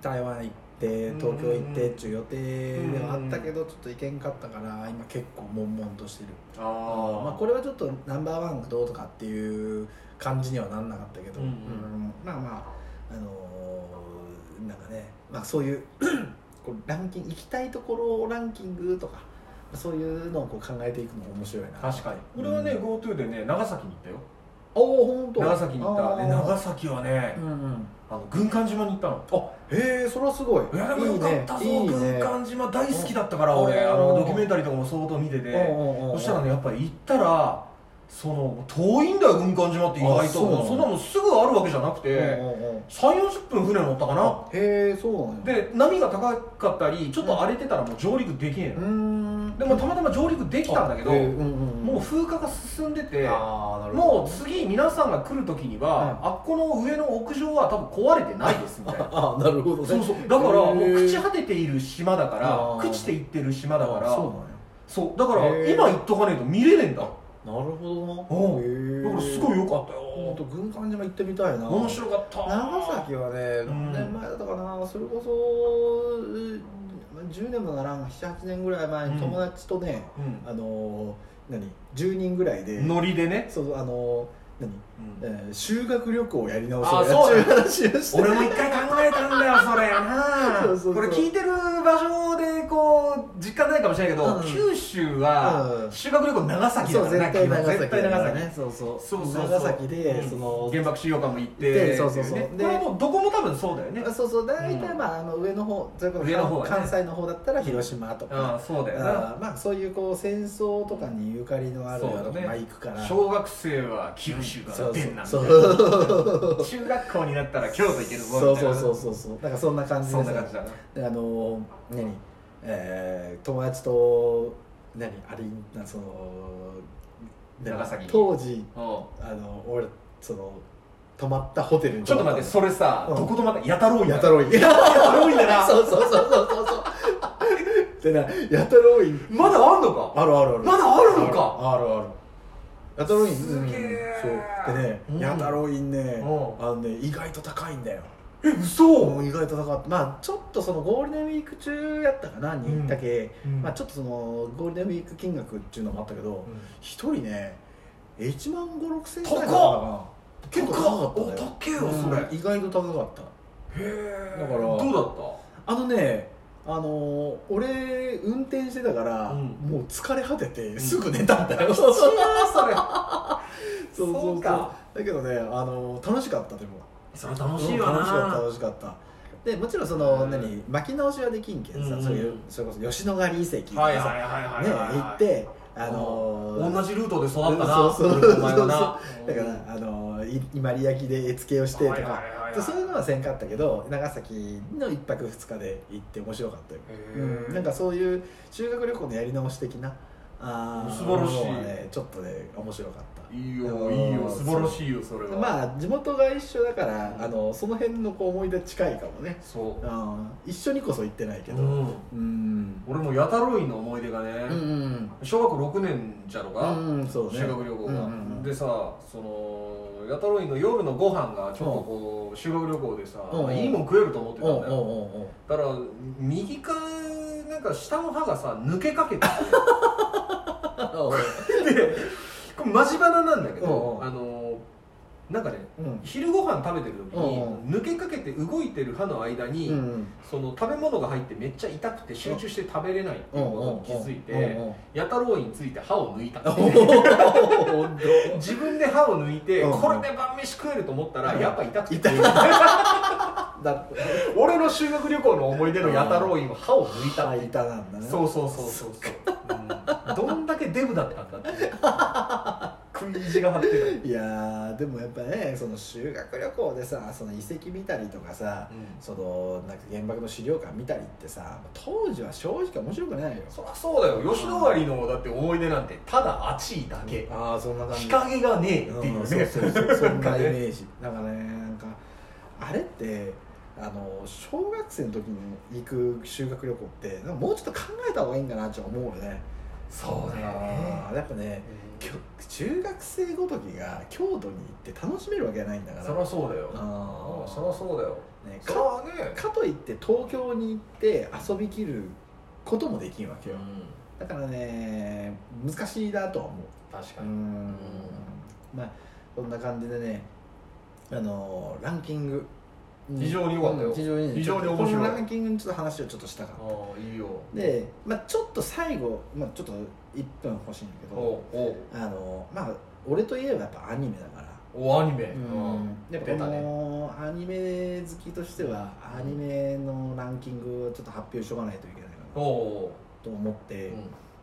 Speaker 1: 台湾行って東京行ってっていう予定ではあったけどちょっと行けんかったから今結構悶々としてる
Speaker 2: あー
Speaker 1: まあ、これはちょっとナンバーワンがどうとかっていう感じにはなんなかったけど、
Speaker 2: うんうん
Speaker 1: まあまああのーなんかね、まあ、そういう こうランキング行きたいところをランキングとかそういうのをこう考えていくのが面白いな
Speaker 2: 確かに俺はね、
Speaker 1: うん
Speaker 2: GoTo でね長崎に行ったよ
Speaker 1: おお本当
Speaker 2: 長崎に行ったで長崎はね、
Speaker 1: うんうん
Speaker 2: あの軍艦島に行ったの
Speaker 1: あへえそれはすごい
Speaker 2: いやでもよかったぞ
Speaker 1: いいね
Speaker 2: 軍艦島大好きだったから
Speaker 1: うん
Speaker 2: 俺あの
Speaker 1: うん
Speaker 2: ドキュメンタリーとかも相当見て
Speaker 1: いい
Speaker 2: て
Speaker 1: ね
Speaker 2: そしたら
Speaker 1: ね
Speaker 2: ねやっぱり行ったらその遠いんだよ軍艦島って意外
Speaker 1: あ
Speaker 2: と
Speaker 1: そうなの
Speaker 2: そんなもんすぐあるわけじゃなくて340分船乗ったかな
Speaker 1: へえそうなんや
Speaker 2: で波が高かったりちょっと荒れてたらもう上陸できねえ
Speaker 1: うー
Speaker 2: の、
Speaker 1: ん
Speaker 2: でもたまたま上陸できたんだけど、
Speaker 1: あへえうんうんうん
Speaker 2: もう風化が進んでて
Speaker 1: あーなるほど
Speaker 2: もう次皆さんが来る時には、
Speaker 1: う
Speaker 2: あっこの上の屋上は多分壊れてないですみたいな
Speaker 1: ああなるほどね
Speaker 2: そうそうだから
Speaker 1: へ
Speaker 2: も
Speaker 1: ー
Speaker 2: う朽ち果てている島だから
Speaker 1: あー
Speaker 2: 朽ちていってる島だか
Speaker 1: あ
Speaker 2: ら
Speaker 1: そう
Speaker 2: そうだか
Speaker 1: へ
Speaker 2: ら
Speaker 1: ー
Speaker 2: 今行っとかねえと見れねえんだだか
Speaker 1: なんやなる
Speaker 2: うん
Speaker 1: ほどなへえ
Speaker 2: らすごいよかった
Speaker 1: ほんと
Speaker 2: よ
Speaker 1: 軍艦島行ってみたいな
Speaker 2: 面白かった
Speaker 1: 長崎はね
Speaker 2: う
Speaker 1: 何
Speaker 2: ん
Speaker 1: 年前だったかなそれこそうん10年もならん78年ぐらい前に友達とね
Speaker 2: う
Speaker 1: あのー何10人ぐらいで
Speaker 2: んノリでね、
Speaker 1: そうあのー何
Speaker 2: うん
Speaker 1: えー修学旅行をやり直そう
Speaker 2: あそう
Speaker 1: やっちゃう話をして
Speaker 2: 俺も一回考えたん だよそれやな
Speaker 1: そうそうそう
Speaker 2: これ聞いてる場所でこう実感ないかもしれないけど、
Speaker 1: うん
Speaker 2: 九州は
Speaker 1: うん
Speaker 2: 修学旅行長崎だ
Speaker 1: そ
Speaker 2: か
Speaker 1: う
Speaker 2: ら
Speaker 1: 絶対
Speaker 2: な
Speaker 1: 長崎
Speaker 2: 絶対長崎
Speaker 1: ねそうそう
Speaker 2: そうそうそう
Speaker 1: 長崎で、
Speaker 2: うん
Speaker 1: その
Speaker 2: 原爆資料館も行って
Speaker 1: でそうそうそう
Speaker 2: っていね
Speaker 1: で
Speaker 2: これはもうどこも多分そうだよね
Speaker 1: あそうそう大体、まああの上の方それこそ
Speaker 2: 上の方はね
Speaker 1: 関西の方だったら広島と
Speaker 2: あ
Speaker 1: か
Speaker 2: あそうだよ
Speaker 1: あ
Speaker 2: な
Speaker 1: ーまあそういうこう戦争とかにゆかりのあるような
Speaker 2: そ
Speaker 1: と
Speaker 2: うだ
Speaker 1: こ
Speaker 2: ね
Speaker 1: まあ行くから
Speaker 2: 小学生は九州から出んなみたいな
Speaker 1: そう
Speaker 2: 中学校になったら京都行ける
Speaker 1: そう
Speaker 2: ぞみたい
Speaker 1: そう
Speaker 2: な
Speaker 1: そうそうそうだからそんな感じ
Speaker 2: そ
Speaker 1: で
Speaker 2: んな感
Speaker 1: さ
Speaker 2: じだな
Speaker 1: であの何えー友達と何ありなそので
Speaker 2: 長崎
Speaker 1: 当時
Speaker 2: うん
Speaker 1: あの俺その泊まったホテルに
Speaker 2: ちょっと待ってそれさ、
Speaker 1: うん
Speaker 2: どことまたやたろ う
Speaker 1: やたろう院
Speaker 2: やたろういんだな
Speaker 1: そうそうそうそうそうそう。でな、やたろう院
Speaker 2: まだあんのか
Speaker 1: あるあるある。
Speaker 2: まだあるのか
Speaker 1: あるある。やたろう院
Speaker 2: すげえ
Speaker 1: そう。でね、
Speaker 2: うん
Speaker 1: やたろう院ね、
Speaker 2: ん
Speaker 1: あのね、意外と高いんだよ。
Speaker 2: え嘘
Speaker 1: もう意外と高かった。まあ、ちょっとそのゴールデンウィーク中やったかな、に行ったけ、
Speaker 2: うん
Speaker 1: まあ、ちょっとそのゴールデンウィーク金額っていうのもあったけど、一人ね、1万5、6千円ぐらいだったかな。結構高かったんだよ
Speaker 2: 高っお高えよそれ
Speaker 1: うん意外と高かった。
Speaker 2: へえ
Speaker 1: だから
Speaker 2: どう だっ
Speaker 1: あ
Speaker 2: た
Speaker 1: のねあのー俺運転してたから、
Speaker 2: うん
Speaker 1: もう疲れ果ててすぐ寝たんだ よ、
Speaker 2: 違うそ
Speaker 1: そ
Speaker 2: れ
Speaker 1: うそう
Speaker 2: そうか
Speaker 1: だけどね、あのー楽しかったでも
Speaker 2: それ楽
Speaker 1: 楽しかった楽しかったでもちろんその、
Speaker 2: うん
Speaker 1: 何巻き直しはできんけんさ、
Speaker 2: うん
Speaker 1: そういうそれこそ吉野ヶ里遺跡とかさ、
Speaker 2: はいはいはいはい
Speaker 1: ね
Speaker 2: はい
Speaker 1: 行ってあのー
Speaker 2: 同じルートで育ったな
Speaker 1: そうそう
Speaker 2: お前はな
Speaker 1: だか
Speaker 2: うん
Speaker 1: ら、あのーい伊万里焼きで絵付けをしてとか、
Speaker 2: はいはいはいはい
Speaker 1: そういうのはせんかったけど長崎の一泊二日で行って面白かったよ
Speaker 2: へー
Speaker 1: うん、なんかそういう修学旅行のやり直し的なあー
Speaker 2: 素晴らしい
Speaker 1: ものはねちょっとね面白かった
Speaker 2: いいよいいよ素晴らしいよそれは
Speaker 1: まあ地元が一緒だから、あのその辺のこう思い出近いかもね、
Speaker 2: そ
Speaker 1: う
Speaker 2: う
Speaker 1: ん、一緒にこそ行ってないけど
Speaker 2: うん
Speaker 1: うん
Speaker 2: 俺もやたろいの思い出がね
Speaker 1: うんうん
Speaker 2: 小学校6年じゃろ
Speaker 1: う
Speaker 2: か
Speaker 1: んうんそうね
Speaker 2: 修学旅行
Speaker 1: うんう
Speaker 2: が
Speaker 1: んうん
Speaker 2: でさそのやたろいの夜のご飯がちょっとこう修学旅行でさ
Speaker 1: うん
Speaker 2: いいもん食えると思ってた
Speaker 1: おうんおう
Speaker 2: だよ
Speaker 1: おうおう
Speaker 2: だから右かなんか下の歯がさ抜けかけてて これマジバナなんだけ
Speaker 1: うん
Speaker 2: ど
Speaker 1: うん
Speaker 2: あのなんかね
Speaker 1: うん
Speaker 2: 昼ご飯食べてる時に
Speaker 1: うん
Speaker 2: 抜けかけて動いてる歯の間に、
Speaker 1: うん
Speaker 2: その食べ物が入ってめっちゃ痛くて集中して食べれないっていうことに気づ
Speaker 1: う
Speaker 2: い
Speaker 1: んうん
Speaker 2: て
Speaker 1: うん
Speaker 2: やたろうについて歯を抜いた
Speaker 1: おう
Speaker 2: って
Speaker 1: おうおう
Speaker 2: 自分で歯を抜いて
Speaker 1: うんうん
Speaker 2: これで晩飯食えると思ったら
Speaker 1: うん
Speaker 2: やっぱ痛くて
Speaker 1: 痛いだって
Speaker 2: 俺の修学旅行の思い出のやたろうには歯を抜いた
Speaker 1: 痛
Speaker 2: って
Speaker 1: い痛なんだね
Speaker 2: そうそうそうそうそう、うんどんだけデブだったんだっていう 食い意地が張ってる、
Speaker 1: いやーでもやっぱねその修学旅行でさその遺跡見たりとかさそのなんか原爆の資料館見たりってさ当時は正直面白くないよ
Speaker 2: そりゃそうだよ吉野ヶ里のだって思い出なんてただ暑いだけ、
Speaker 1: ああそんな感じ
Speaker 2: 日陰がねえって
Speaker 1: う
Speaker 2: い
Speaker 1: ん
Speaker 2: う
Speaker 1: そう
Speaker 2: ね
Speaker 1: そうそうそんなイメ
Speaker 2: ね
Speaker 1: ージなんかねなんかあれってあの小学生の時に行く修学旅行ってなんかもうちょっと考えた方がいいんだなって思うよね
Speaker 2: そうだよ
Speaker 1: あ
Speaker 2: ね
Speaker 1: ーやっぱねきょ中学生ごときが京都に行って楽しめるわけないんだから
Speaker 2: そりゃそうだよ
Speaker 1: あー
Speaker 2: そりゃそうだよ
Speaker 1: ね
Speaker 2: そりゃね
Speaker 1: かといって東京に行って遊びきることもできんわけ
Speaker 2: う
Speaker 1: よ、
Speaker 2: ん
Speaker 1: だからね難しいなとは思
Speaker 2: 確
Speaker 1: う
Speaker 2: か
Speaker 1: う
Speaker 2: に
Speaker 1: んまあそんな感じでねあのランキングうん
Speaker 2: 非常に良かったよ
Speaker 1: うん非常に
Speaker 2: 非常に面白い
Speaker 1: このランキングにちょっと話をちょっとしたから
Speaker 2: ああいいよ
Speaker 1: で、まあ、ちょっと最後、まあ、ちょっと1分欲しいんだけど
Speaker 2: おお
Speaker 1: あのまあ俺といえばやっぱアニメだから
Speaker 2: おアニメ
Speaker 1: やっぱ
Speaker 2: 出
Speaker 1: こ
Speaker 2: たね
Speaker 1: のアニメ好きとしてはアニメのランキングをちょっと発表しとかないといけない
Speaker 2: お
Speaker 1: な
Speaker 2: お
Speaker 1: と思って、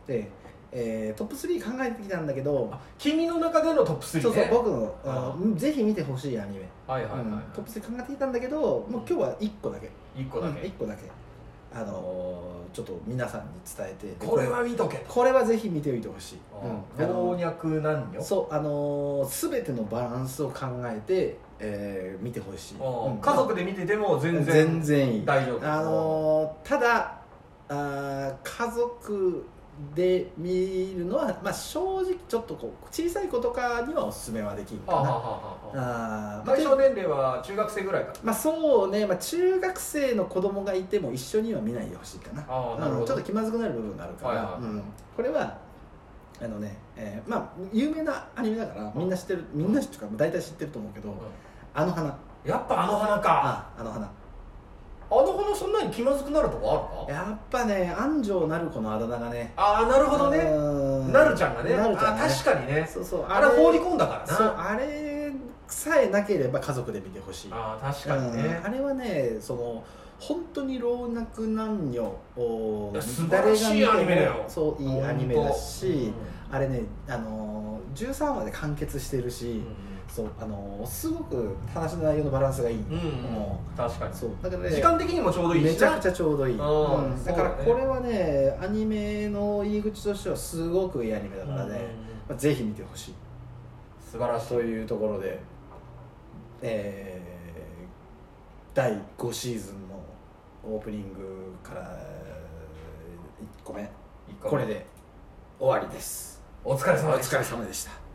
Speaker 1: で、えートップ3考えてきたんだけど
Speaker 2: あ君の中でのトップ3ね
Speaker 1: そうそう僕の
Speaker 2: あ
Speaker 1: あのぜひ見てほしいアニメ、
Speaker 2: はいはいはい
Speaker 1: うんトップ3考えてきたんだけどもう今日は1個だけ
Speaker 2: 一個だ
Speaker 1: うん一
Speaker 2: け
Speaker 1: 個だけあのーちょっと皆さんに伝えてで
Speaker 2: これは見とけと
Speaker 1: これはぜひ見ておいてほしい、うんあ
Speaker 2: 老
Speaker 1: の
Speaker 2: 若男女
Speaker 1: そうあのー、全てのバランスを考えて、えー見てほしい、
Speaker 2: お
Speaker 1: うん
Speaker 2: 家族で見てても全
Speaker 1: 全
Speaker 2: 然
Speaker 1: 然いい
Speaker 2: 大丈夫
Speaker 1: あのーただあー家族で見るのは、まあ、正直ちょっとこう小さい子とかにはおすすめはできる
Speaker 2: あは
Speaker 1: かな
Speaker 2: はは
Speaker 1: あ
Speaker 2: は
Speaker 1: ーまあ
Speaker 2: 対
Speaker 1: で
Speaker 2: 象年齢は中学生ぐらいか
Speaker 1: まあそうね、まあ、中学生の子供がいても一緒には見ないでほしいかな
Speaker 2: ああなるほ
Speaker 1: うん
Speaker 2: ど
Speaker 1: ちょっと気まずくなる部分があるから、
Speaker 2: はいはいはい
Speaker 1: うんこれはあのね、えーまあ有名なアニメだからみんな知ってるみんな知ってるか大体知ってると思うけど、あの花
Speaker 2: やっぱあの花か
Speaker 1: ああの花
Speaker 2: あの花そんなに気まずくなるとこあるか
Speaker 1: やっぱね安城なる子のあだ名がね
Speaker 2: ああなるほどね
Speaker 1: ね
Speaker 2: なるちゃんがね
Speaker 1: なるちゃん
Speaker 2: あ確かにね
Speaker 1: そうそう
Speaker 2: あれ放り込んだから
Speaker 1: そう
Speaker 2: な
Speaker 1: あれさえなければ家族で見てほしい
Speaker 2: ああ確かに
Speaker 1: う
Speaker 2: ね
Speaker 1: んあれはねその本当に老若男女お
Speaker 2: いや素晴らしいアニメだよ
Speaker 1: 誰が見てもそういいアニメだし、
Speaker 2: う
Speaker 1: あれね、あのー、13話で完結してるし、
Speaker 2: ん
Speaker 1: そうあのー、すごく話の内容のバランスがいい、
Speaker 2: うんうん
Speaker 1: も
Speaker 2: 確か
Speaker 1: う
Speaker 2: に
Speaker 1: そうだからね
Speaker 2: 時間的にもちょうどいい
Speaker 1: め
Speaker 2: し
Speaker 1: ちゃ
Speaker 2: な
Speaker 1: くちゃちょうどいい、
Speaker 2: うん
Speaker 1: だから
Speaker 2: そうだね
Speaker 1: これはねアニメの入り口としてはすごくいいアニメだからね、まあ、ぜひ見てほしい
Speaker 2: 素晴らしい
Speaker 1: というところで、えー第5シーズンのオープニングから1個目これで終わりです
Speaker 2: お疲れ
Speaker 1: お
Speaker 2: 様です
Speaker 1: 疲れ様でした